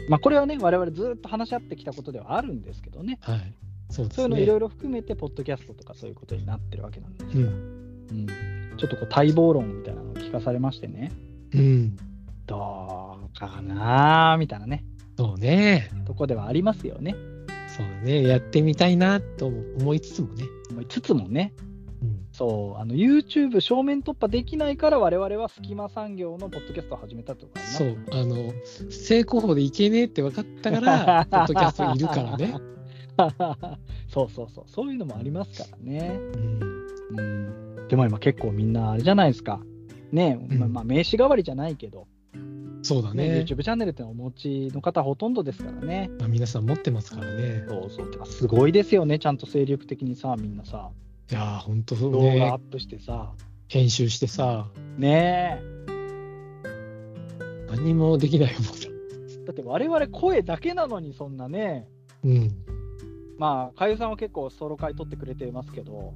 Speaker 3: まあこれはね我々ずっと話し合ってきたことではあるんですけどね
Speaker 4: はい。そうです
Speaker 3: そ
Speaker 4: ね。
Speaker 3: ういうのいろいろ含めてポッドキャストとかそういうことになってるわけなんです、
Speaker 4: うん。
Speaker 3: うん、ちょっとこう待望論みたいなのを聞かされましてね
Speaker 4: うん。
Speaker 3: どうかなーみたいなね
Speaker 4: そうね。
Speaker 3: とこではありますよね
Speaker 4: そうだね。やってみたいなとも思いつつもね。
Speaker 3: 思いつつもね
Speaker 4: うん。
Speaker 3: そう、あの YouTube 正面突破できないから、我々は隙間産業のポッドキャストを始めたってことかな。
Speaker 4: そう、あの、正攻法でいけねえって分かった
Speaker 3: [LAUGHS]
Speaker 4: から、ポッドキャストいるからね。
Speaker 3: [LAUGHS] そうそうそう、そういうのもありますからね。
Speaker 4: うん、
Speaker 3: うん、でも今、結構みんな、あれじゃないですか。ねえ、
Speaker 4: ん
Speaker 3: まあまあ、名刺代わりじゃないけど、
Speaker 4: そうだ
Speaker 3: ね
Speaker 4: ね。
Speaker 3: YouTube チャンネルってのをお持ちの方、ほとんどですからね。
Speaker 4: まあ、皆さん持ってますからね。
Speaker 3: そうそうてかすごいですよね、ちゃんと精力的にさ、みんなさ、
Speaker 4: いやー、ほんとそう
Speaker 3: 動画
Speaker 4: ね
Speaker 3: アッ。プしてさ、
Speaker 4: 編集してさ、
Speaker 3: ね
Speaker 4: 何もできないよ、僕ら。
Speaker 3: え、だって我々声だけなのに、そんなね、
Speaker 4: うん。
Speaker 3: まあ、かゆさんは結構ソロ回撮ってくれてますけど、
Speaker 4: はい。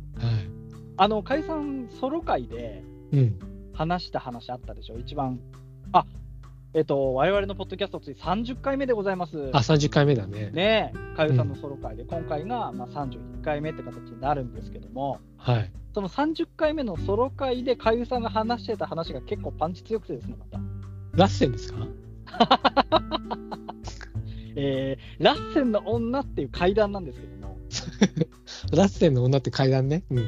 Speaker 3: あの、解散ソロ会で
Speaker 4: うん。
Speaker 3: 話した話あったでしょ、一番。あえっと、我々のポッドキャストつい30回目でございます。
Speaker 4: あ、30回目だね。
Speaker 3: ねえ、かゆさんのソロ会で、今回がまあ31回目って形になるんですけども、
Speaker 4: はい。
Speaker 3: その30回目のソロ会で、かゆさんが話してた話が結構パンチ強くてですね、また。
Speaker 4: ラッセンですか
Speaker 3: えーラッセンの女っていう階段なんですけども、
Speaker 4: ラッセンの女って階段ね。うん。
Speaker 3: はい、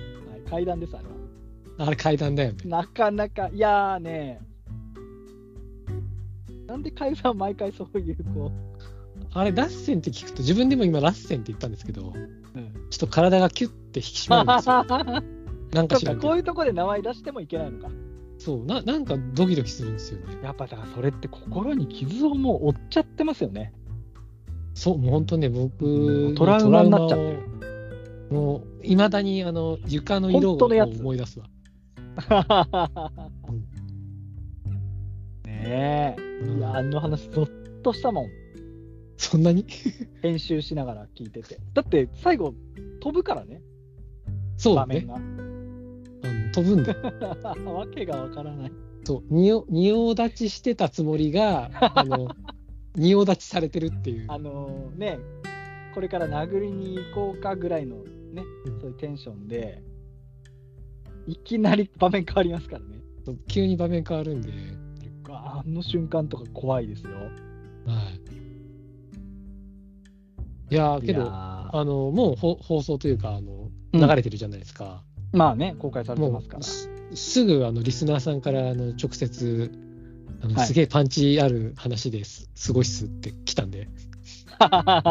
Speaker 3: 階段です、あれは。
Speaker 4: あれ階段だよね。
Speaker 3: なかなか、いやーねなんで会社は毎回そういう、こ
Speaker 4: あれ、ラッセンって聞くと、自分でも今、ラッセンって言ったんですけど、
Speaker 3: う、
Speaker 4: ちょっと体がキュッて引き締まる
Speaker 3: [LAUGHS]
Speaker 4: んですよ。
Speaker 3: そ
Speaker 4: なんか
Speaker 3: っ
Speaker 4: 知ら
Speaker 3: か
Speaker 4: んけ
Speaker 3: こ
Speaker 4: ど
Speaker 3: ういうとこで名前出してもいけないのか。
Speaker 4: そうな、なんかドキドキするんですよね。
Speaker 3: やっぱだからそれって心に傷をもう負っちゃってますよね。
Speaker 4: そう、もう本当ね、僕、
Speaker 3: トラウマになっちゃってる。
Speaker 4: トラウマをもう、いまだにあの床の色を
Speaker 3: 本当のやつ
Speaker 4: 思い出すわ。
Speaker 3: ねえ。いや、あの話、ゾッとしたもん。
Speaker 4: [LAUGHS] そんなに
Speaker 3: 編集しながら聞いてて。だって、最後、飛ぶからね、
Speaker 4: そ
Speaker 3: 場
Speaker 4: うね
Speaker 3: 面。が。 [LAUGHS]
Speaker 4: あの飛ぶんだよ。
Speaker 3: わけがわからない。
Speaker 4: そう、にお仁王立ちしてたつもり
Speaker 3: [LAUGHS]
Speaker 4: が、あの、仁王立ちされてるっていう。
Speaker 3: あのね、これから殴りに行こうかぐらいのね、そういうテンションで、いきなり場面変わりますからね。
Speaker 4: そう急に場面変わるんで、
Speaker 3: あの瞬間とか怖いですよ。
Speaker 4: はい。いやー、け
Speaker 3: い
Speaker 4: ど、
Speaker 3: やー
Speaker 4: あの、もうほ放送というか、あの、
Speaker 3: うん
Speaker 4: 流れてるじゃないですか。
Speaker 3: まあね、公開されて
Speaker 4: も
Speaker 3: ますから
Speaker 4: う。すすぐあのリスナーさんからあの直接あの、
Speaker 3: はい
Speaker 4: すげえパンチある話です、すごいっすって来たんで、
Speaker 3: [LAUGHS]
Speaker 4: あ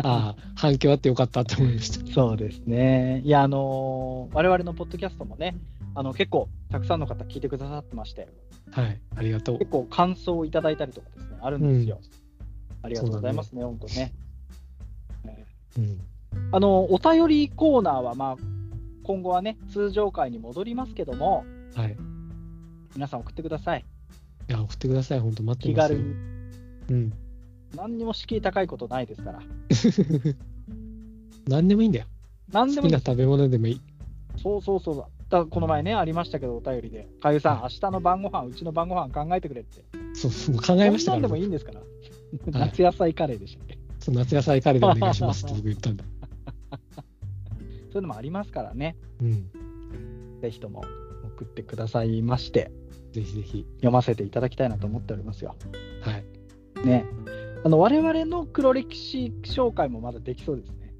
Speaker 4: あ、反響あってよかったって思いました。
Speaker 3: そうですね。いや、あのー我々のポッドキャストもね、あの結構たくさんの方聞いてくださってまして、 [LAUGHS]
Speaker 4: はい、ありがとう。
Speaker 3: 結構感想をいただいたりとかですね、あるんですよ。ありがとうございますね、本当ね。
Speaker 4: うん、
Speaker 3: あの、お便りコーナーは、まあ、今後はね、通常回に戻りますけども、
Speaker 4: はい。い
Speaker 3: 皆さん送ってください。
Speaker 4: や、送ってください、本当待って
Speaker 3: 気
Speaker 4: ますよ
Speaker 3: 軽。に。
Speaker 4: うん。
Speaker 3: 何にも敷居高いことないですから。
Speaker 4: 何でもいいんだよ。
Speaker 3: 何で
Speaker 4: 好
Speaker 3: もい
Speaker 4: き
Speaker 3: い
Speaker 4: な
Speaker 3: です。
Speaker 4: 食べ物でもいい。
Speaker 3: そうそうそうだ。だからこの前ね、ありましたけど、お便りで、かゆさん、明日の晩ご飯うちの晩ご飯考えてくれって。
Speaker 4: そう、もう考えました
Speaker 3: こ
Speaker 4: か
Speaker 3: んなんで
Speaker 4: ら
Speaker 3: もいいんですから。
Speaker 4: はい
Speaker 3: 夏野菜カレーでしたっけ、
Speaker 4: そう夏野菜カレーでお願いしますって僕言った
Speaker 3: [LAUGHS]
Speaker 4: んだ。
Speaker 3: そういうのもありますからね。
Speaker 4: うん。
Speaker 3: ぜひとも送ってくださいまして、
Speaker 4: ぜひぜひ。
Speaker 3: 読ませていただきたいなと思っておりますよ。
Speaker 4: はい。
Speaker 3: ね。あの、我々の黒歴史紹介もまだできそうです
Speaker 4: [LAUGHS]
Speaker 3: ね。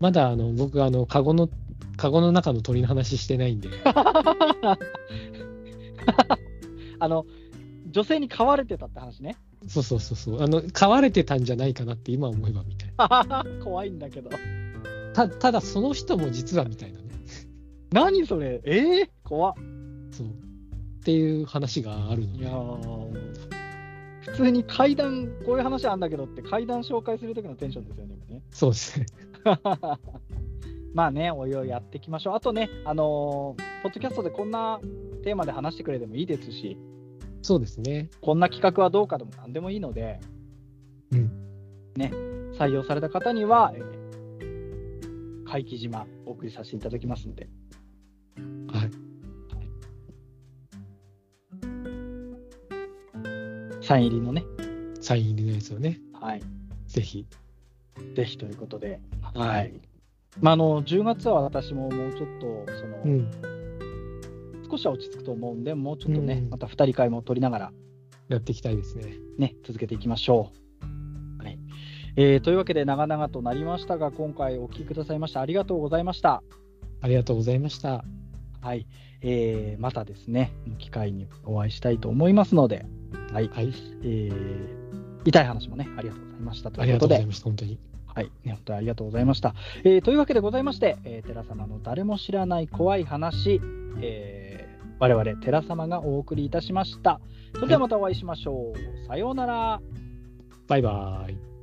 Speaker 4: まだあの僕あのカゴのカゴの中の鳥の話してないんで。
Speaker 3: あの、女性に飼われてたって話ね。 [LAUGHS]
Speaker 4: そうそうそうそう。あの、飼われてたんじゃないかなって今思えばみたいな。
Speaker 3: 怖いんだけど。
Speaker 4: たただ、その人も実はみたいなね。
Speaker 3: 何それえー、怖っ
Speaker 4: そう。っていう話があるの
Speaker 3: い
Speaker 4: で
Speaker 3: や。ー普通に階段、こういう話あんだけどって、階段紹介する時のテンションですよね、今ね。
Speaker 4: そうですね。
Speaker 3: [LAUGHS] まあね、おいおいやっていきましょう。あとね、あのーポッドキャストでこんなテーマで話してくれてもいいですし、
Speaker 4: そうですね。
Speaker 3: こんな企画はどうかでも何でもいいので、
Speaker 4: うん
Speaker 3: ね、採用された方には、えー、怪奇島お送りさせていただきますので、
Speaker 4: はい。
Speaker 3: サイン入りのね、
Speaker 4: サイン入りのやつをね、
Speaker 3: はい、
Speaker 4: ぜひ。
Speaker 3: ぜひということで、はい。まあ、あの10月は私ももうちょっとその、
Speaker 4: うん。
Speaker 3: 少しは落ち着くと思うんで、もうちょっとね、
Speaker 4: うん
Speaker 3: また2人会も取りながら、
Speaker 4: やっていきたいですね。
Speaker 3: ね、続けていきましょう。はいえーというわけで、長々となりましたが、今回お聞きくださいましてありがとうございました。
Speaker 4: ありがとうございました。
Speaker 3: はいえーまたですね、機会にお会いしたいと思いますので、はい
Speaker 4: はい。
Speaker 3: えー痛い話もね、ありがとうございましたと
Speaker 4: あ
Speaker 3: い
Speaker 4: り
Speaker 3: う
Speaker 4: が
Speaker 3: こと
Speaker 4: うござい
Speaker 3: で、
Speaker 4: ました。本当に。
Speaker 3: はいね、本当にありがとうございました。えーというわけでございまして、えー、寺様の誰も知らない怖い話、えー我々寺様がお送りいたしました。それではまたお会いしましょう。さようなら。
Speaker 4: バイバーイ。